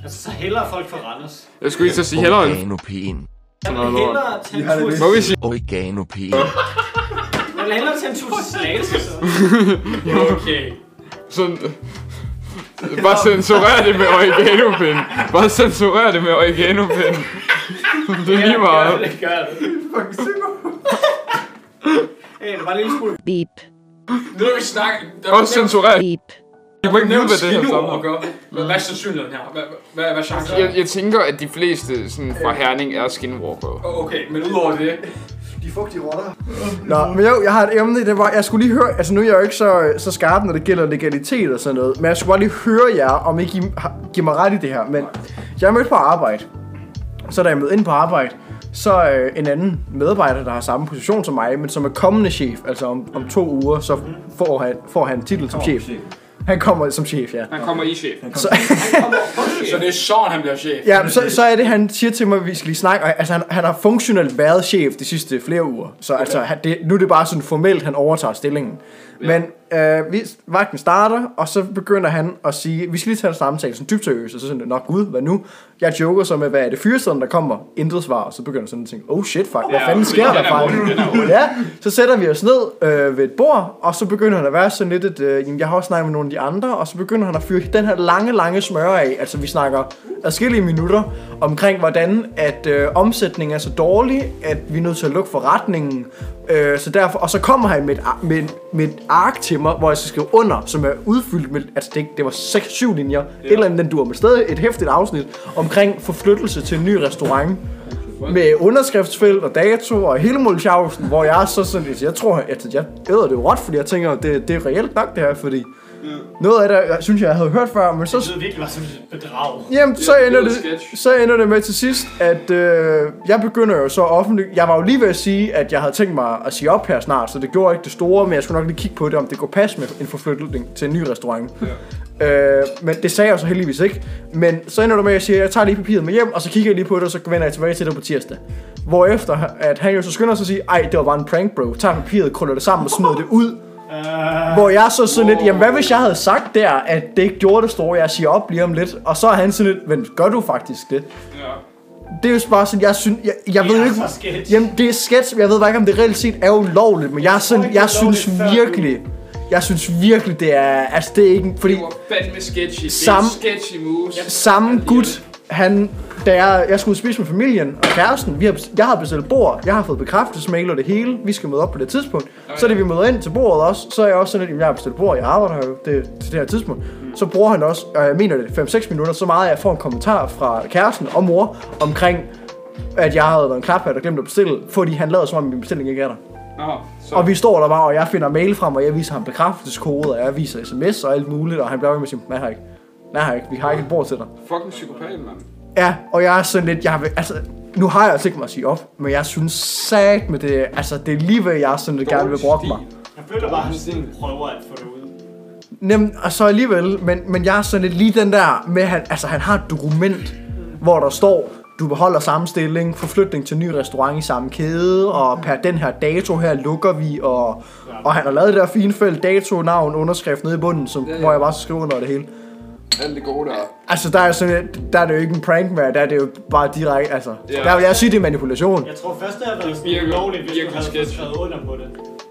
Speaker 7: Altså, så hellere folk fra Randers.
Speaker 1: Jeg skulle lige til at sige, hellere en
Speaker 8: Organopæn.
Speaker 7: Jeg
Speaker 1: noget
Speaker 7: vil
Speaker 1: lort.
Speaker 7: hellere tage
Speaker 4: har
Speaker 7: en
Speaker 4: det
Speaker 7: tur
Speaker 4: vist.
Speaker 1: Må vi sige?
Speaker 8: Organopæn.
Speaker 7: Jeg vil hellere tage en tur til Slagelse, så.
Speaker 2: Okay.
Speaker 1: Sådan... Bare censurer det med oreganopind. Bare censurer det med oreganopind. Det er lige
Speaker 7: Gør
Speaker 1: meget.
Speaker 7: det, gør det. Hey, det var en lille smule.
Speaker 9: beep,
Speaker 2: Nu når vi snakker... Der er
Speaker 1: Også censurer
Speaker 9: beep.
Speaker 1: Jeg må ikke vide,
Speaker 2: nævnt
Speaker 1: hvad det her
Speaker 2: skinord
Speaker 1: samler.
Speaker 2: at gøre. Hvad hvad er sandsynligheden her? Hvad, hvad- hvad, hvad er chancen?
Speaker 1: Jeg, jeg tænker, at de fleste sådan, fra Herning er skinwalker.
Speaker 2: Åh, Okay, men udover det...
Speaker 4: De fugtige rotter.
Speaker 3: Nå, men jo, jeg har et emne, det var, jeg skulle lige høre, altså nu er jeg jo ikke så, så skarp, når det gælder legalitet og sådan noget, men jeg skulle bare lige høre jer, om ikke I har- giver mig ret i det her, men jeg mødte på arbejde, så da jeg mødte ind på arbejde, så øh, en anden medarbejder, der har samme position som mig, men som er kommende chef, altså om, om to uger, så får han, får han titel som chef. Han kommer som chef, ja.
Speaker 1: Han kommer i chef. [laughs]
Speaker 2: Så det er sådan, han bliver chef.
Speaker 3: Ja, men så, så er det, han siger til mig, at vi skal lige snakke. Og, altså, han, han har funktionelt været chef de sidste flere uger. Så altså, han, det, nu er det bare sådan formelt, han overtager stillingen. Men øh, vi, vagten starter, og så begynder han at sige, vi skal lige tage en samtale, sådan dybt seriøst. Og så sådan, nok gud, hvad nu? Jeg joker så med, hvad er det fyrsteren, der kommer? Intet svar. Og så begynder jeg sådan at tænke, oh shit, fuck, hvad
Speaker 1: Ja,
Speaker 3: fanden
Speaker 1: okay,
Speaker 3: sker
Speaker 1: den
Speaker 3: der
Speaker 1: er
Speaker 3: faktisk?
Speaker 1: ond, den er ond.
Speaker 3: Ja, så sætter vi os ned øh, ved et bord, og så begynder han at være sådan lidt, at øh, jamen, jeg har også snakket med nogle af de andre, og så begynder han at fyre den her lange, lange smør af. Altså, vi snakker adskillige minutter omkring, hvordan at øh, omsætningen er så dårlig, at vi er nødt til at lukke forretningen. Øh, så derfor, og så kommer han med et, ar- med, et- med et ark til mig, hvor jeg skal skrive under, som er udfyldt med, altså det, det var 6-7 linjer, et eller andet, den dur, men stadig et hæftigt afsnit omkring forflyttelse til en ny restaurant med underskriftsfelt og dato og hele muligheden, hvor jeg er så sådan lidt, jeg tror, at jeg æder det jo råt, fordi jeg tænker, det, det er reelt nok det her, fordi noget af det, jeg synes, jeg havde hørt før, men
Speaker 7: Det
Speaker 3: så,
Speaker 7: lyder virkelig bare som et bedrag.
Speaker 3: jamen, så,
Speaker 1: det
Speaker 3: ender
Speaker 1: lyder
Speaker 3: det,
Speaker 1: sketch.
Speaker 3: så ender det med til sidst, at øh, jeg begynder jo så offentligt, jeg var jo lige ved at sige, at jeg havde tænkt mig at sige op her snart, så det gjorde ikke det store, men jeg skulle nok lige kigge på det, om det kunne passe med en forflytning til en ny restaurant. Øh, men det sagde jeg jo så heldigvis ikke. Men så ender du med, at jeg siger, at jeg tager lige papiret med hjem, og så kigger jeg lige på det, og så vender jeg tilbage til det på tirsdag. Hvorefter, at han jo så skynder sig at sige, ej, det var bare en prank, bro. Tager papiret, krøller det sammen og smider det ud. Hvor jeg så sådan lidt, jamen hvad hvis jeg havde sagt der, at det ikke gjorde det store, jeg siger op lige om lidt, og så er han sådan lidt, men gør du faktisk det?
Speaker 1: Ja.
Speaker 3: Det er jo bare sådan, jeg synes, jeg, jeg
Speaker 7: Det
Speaker 3: ved
Speaker 7: er
Speaker 3: ikke,
Speaker 7: så sketch.
Speaker 3: jamen det er sketch, men jeg ved bare ikke, om det reelt set er ulovligt, men jeg, er sådan,
Speaker 7: ikke,
Speaker 3: jeg,
Speaker 7: det er
Speaker 3: synes
Speaker 7: lovligt før nu.
Speaker 3: virkelig, jeg synes virkelig, det er, altså det er ikke, fordi
Speaker 1: Det var fandme sketchy. Det er
Speaker 3: Samme-
Speaker 1: sketchy moves.
Speaker 3: samme gut han, da jeg, jeg skulle spise med familien og kæresten, vi har, jeg har bestilt bord, jeg har fået bekræftelsesmail og det hele, vi skal møde op på det tidspunkt. Så da vi møder ind til bordet også, så er jeg også sådan lidt, "Jamen, jeg har bestilt bord, jeg arbejder her jo det, til det her tidspunkt. Så bruger han også, og jeg mener det, 5-6 minutter, så meget at jeg får en kommentar fra kæresten og mor omkring, at jeg havde været en klaphat og glemt at bestille, fordi han lader som om min bestilling ikke er der.
Speaker 2: Nå, så.
Speaker 3: Og vi står der bare, og jeg finder mail frem, og jeg viser ham bekræftelseskode, og jeg viser sms og alt muligt, og han bliver ved med at sige, nej, har ikke. Nej, har ikke. Vi har ikke et bord til dig.
Speaker 2: Fucking psykopat, mand.
Speaker 3: Ja, og jeg er sådan lidt, jeg vil, altså, nu har jeg altså ikke mig at sige op, men jeg synes sat med det, altså det er lige hvad jeg sådan lidt gerne vil brokke mig.
Speaker 5: Jeg føler bare, at han sådan prøver at få det ud.
Speaker 3: Nem, og så alligevel, men, men jeg er sådan lidt lige den der med, han, altså han har et dokument, hvor der står, du beholder samme stilling, forflytning til ny restaurant i samme kæde, og per den her dato her lukker vi, og, og han har lavet det der fine felt dato, navn, underskrift nede i bunden, som,
Speaker 10: Ja, ja.
Speaker 3: hvor jeg bare skriver under det hele.
Speaker 2: Alt det gode der.
Speaker 3: Altså, der er, sådan, lidt- der er det jo ikke en prank mere, der er det jo bare direkte, altså.
Speaker 2: Ja.
Speaker 3: Der vil jeg sige, det er manipulation.
Speaker 5: Jeg tror først, det havde været sådan
Speaker 2: virker-
Speaker 5: ulovligt, hvis du
Speaker 2: virker
Speaker 5: havde fået
Speaker 2: sketchy.
Speaker 5: skrevet under på det.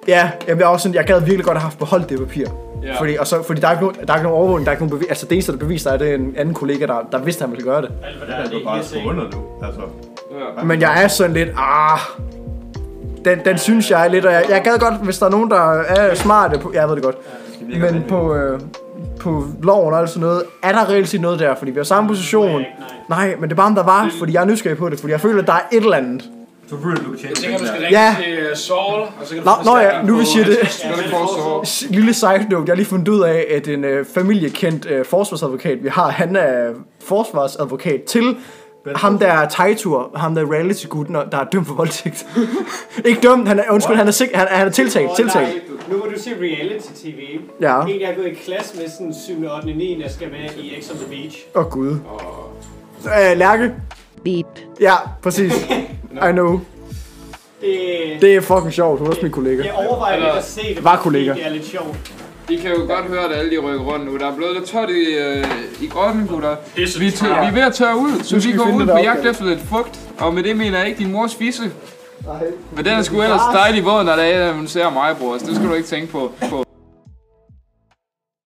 Speaker 3: Ja, jamen, jeg, er også sådan, jeg gad virkelig godt have haft beholdt det papir.
Speaker 2: Ja.
Speaker 3: Fordi, og så, fordi der, er ikke nogen, der er ikke nogen overvågning, der er ikke nogen bevis. Altså det eneste, der beviser, er, at det er en anden kollega, der, der vidste, at han ville gøre det.
Speaker 5: Alt, hvad der
Speaker 4: Ja,
Speaker 5: er,
Speaker 4: det
Speaker 5: det
Speaker 4: er
Speaker 5: er
Speaker 4: bare
Speaker 5: ikke
Speaker 4: at
Speaker 5: sikkert.
Speaker 4: under nu. Altså,
Speaker 2: ja.
Speaker 3: Men jeg er sådan lidt, ah... Den, den synes jeg er lidt, og jeg, jeg gad godt, hvis der er nogen, der er smarte på... Ja, jeg ved det godt. Men på, øh, på loven og alt sådan noget, er der reelt set noget der? Fordi vi har samme position. Nej, men det er bare, om der var, fordi jeg er nysgerrig på det. Fordi jeg føler, at der er et eller andet.
Speaker 4: så føler du, du kan tjene
Speaker 10: Jeg tænker, du skal
Speaker 4: penge
Speaker 10: ringe
Speaker 3: Ja.
Speaker 10: til uh, Saul, og så kan du
Speaker 3: Nå,
Speaker 10: få
Speaker 3: nå ja,
Speaker 10: standarden
Speaker 3: nu vi
Speaker 10: på øh,
Speaker 3: siger det.
Speaker 10: hans-
Speaker 2: Når det får så
Speaker 3: S- Lille side note, jeg har lige fundet ud af, at en øh, familiekendt øh, forsvarsadvokat, vi har, han er forsvarsadvokat til ham, der er Tejtur, ham der er reality-gutten, og- der er dømt for voldtægt. [laughs] ikke dømt, han er, undskyld, han er, sigt, han, er- han er tiltalt, tiltalt.
Speaker 5: Nu hvor du siger reality-tv,
Speaker 3: Ja, åh
Speaker 5: en jeg er gået i klasse med sådan 7. 8. 9. jeg skal med i X on the Beach.
Speaker 3: oh, gud. Øh, Lærke?
Speaker 11: Beep.
Speaker 3: Ja, præcis. I know.
Speaker 5: Det,
Speaker 3: Det er fucking sjovt, hun er også min kollega.
Speaker 5: jeg overvejer lidt at se det,
Speaker 3: Var
Speaker 5: fordi
Speaker 3: kollega.
Speaker 5: det er lidt sjovt.
Speaker 2: I kan jo godt høre, at alle de rykker rundt nu. Der er blevet lidt tørt i, øh, i grotten, gutter. Vi,
Speaker 10: så
Speaker 2: tør, vi er ved at tørre ud, så
Speaker 3: Nu skal
Speaker 2: vi
Speaker 3: vi
Speaker 2: går
Speaker 3: finde
Speaker 2: ud
Speaker 3: den
Speaker 2: på
Speaker 3: der
Speaker 2: jagt
Speaker 3: opgave.
Speaker 2: efter lidt fugt. Og med det mener jeg ikke din mors fisse. Men den er sgu ellers dejlig våd, når der er, hun ser mig, bror. Så det skal du ikke tænke på. på.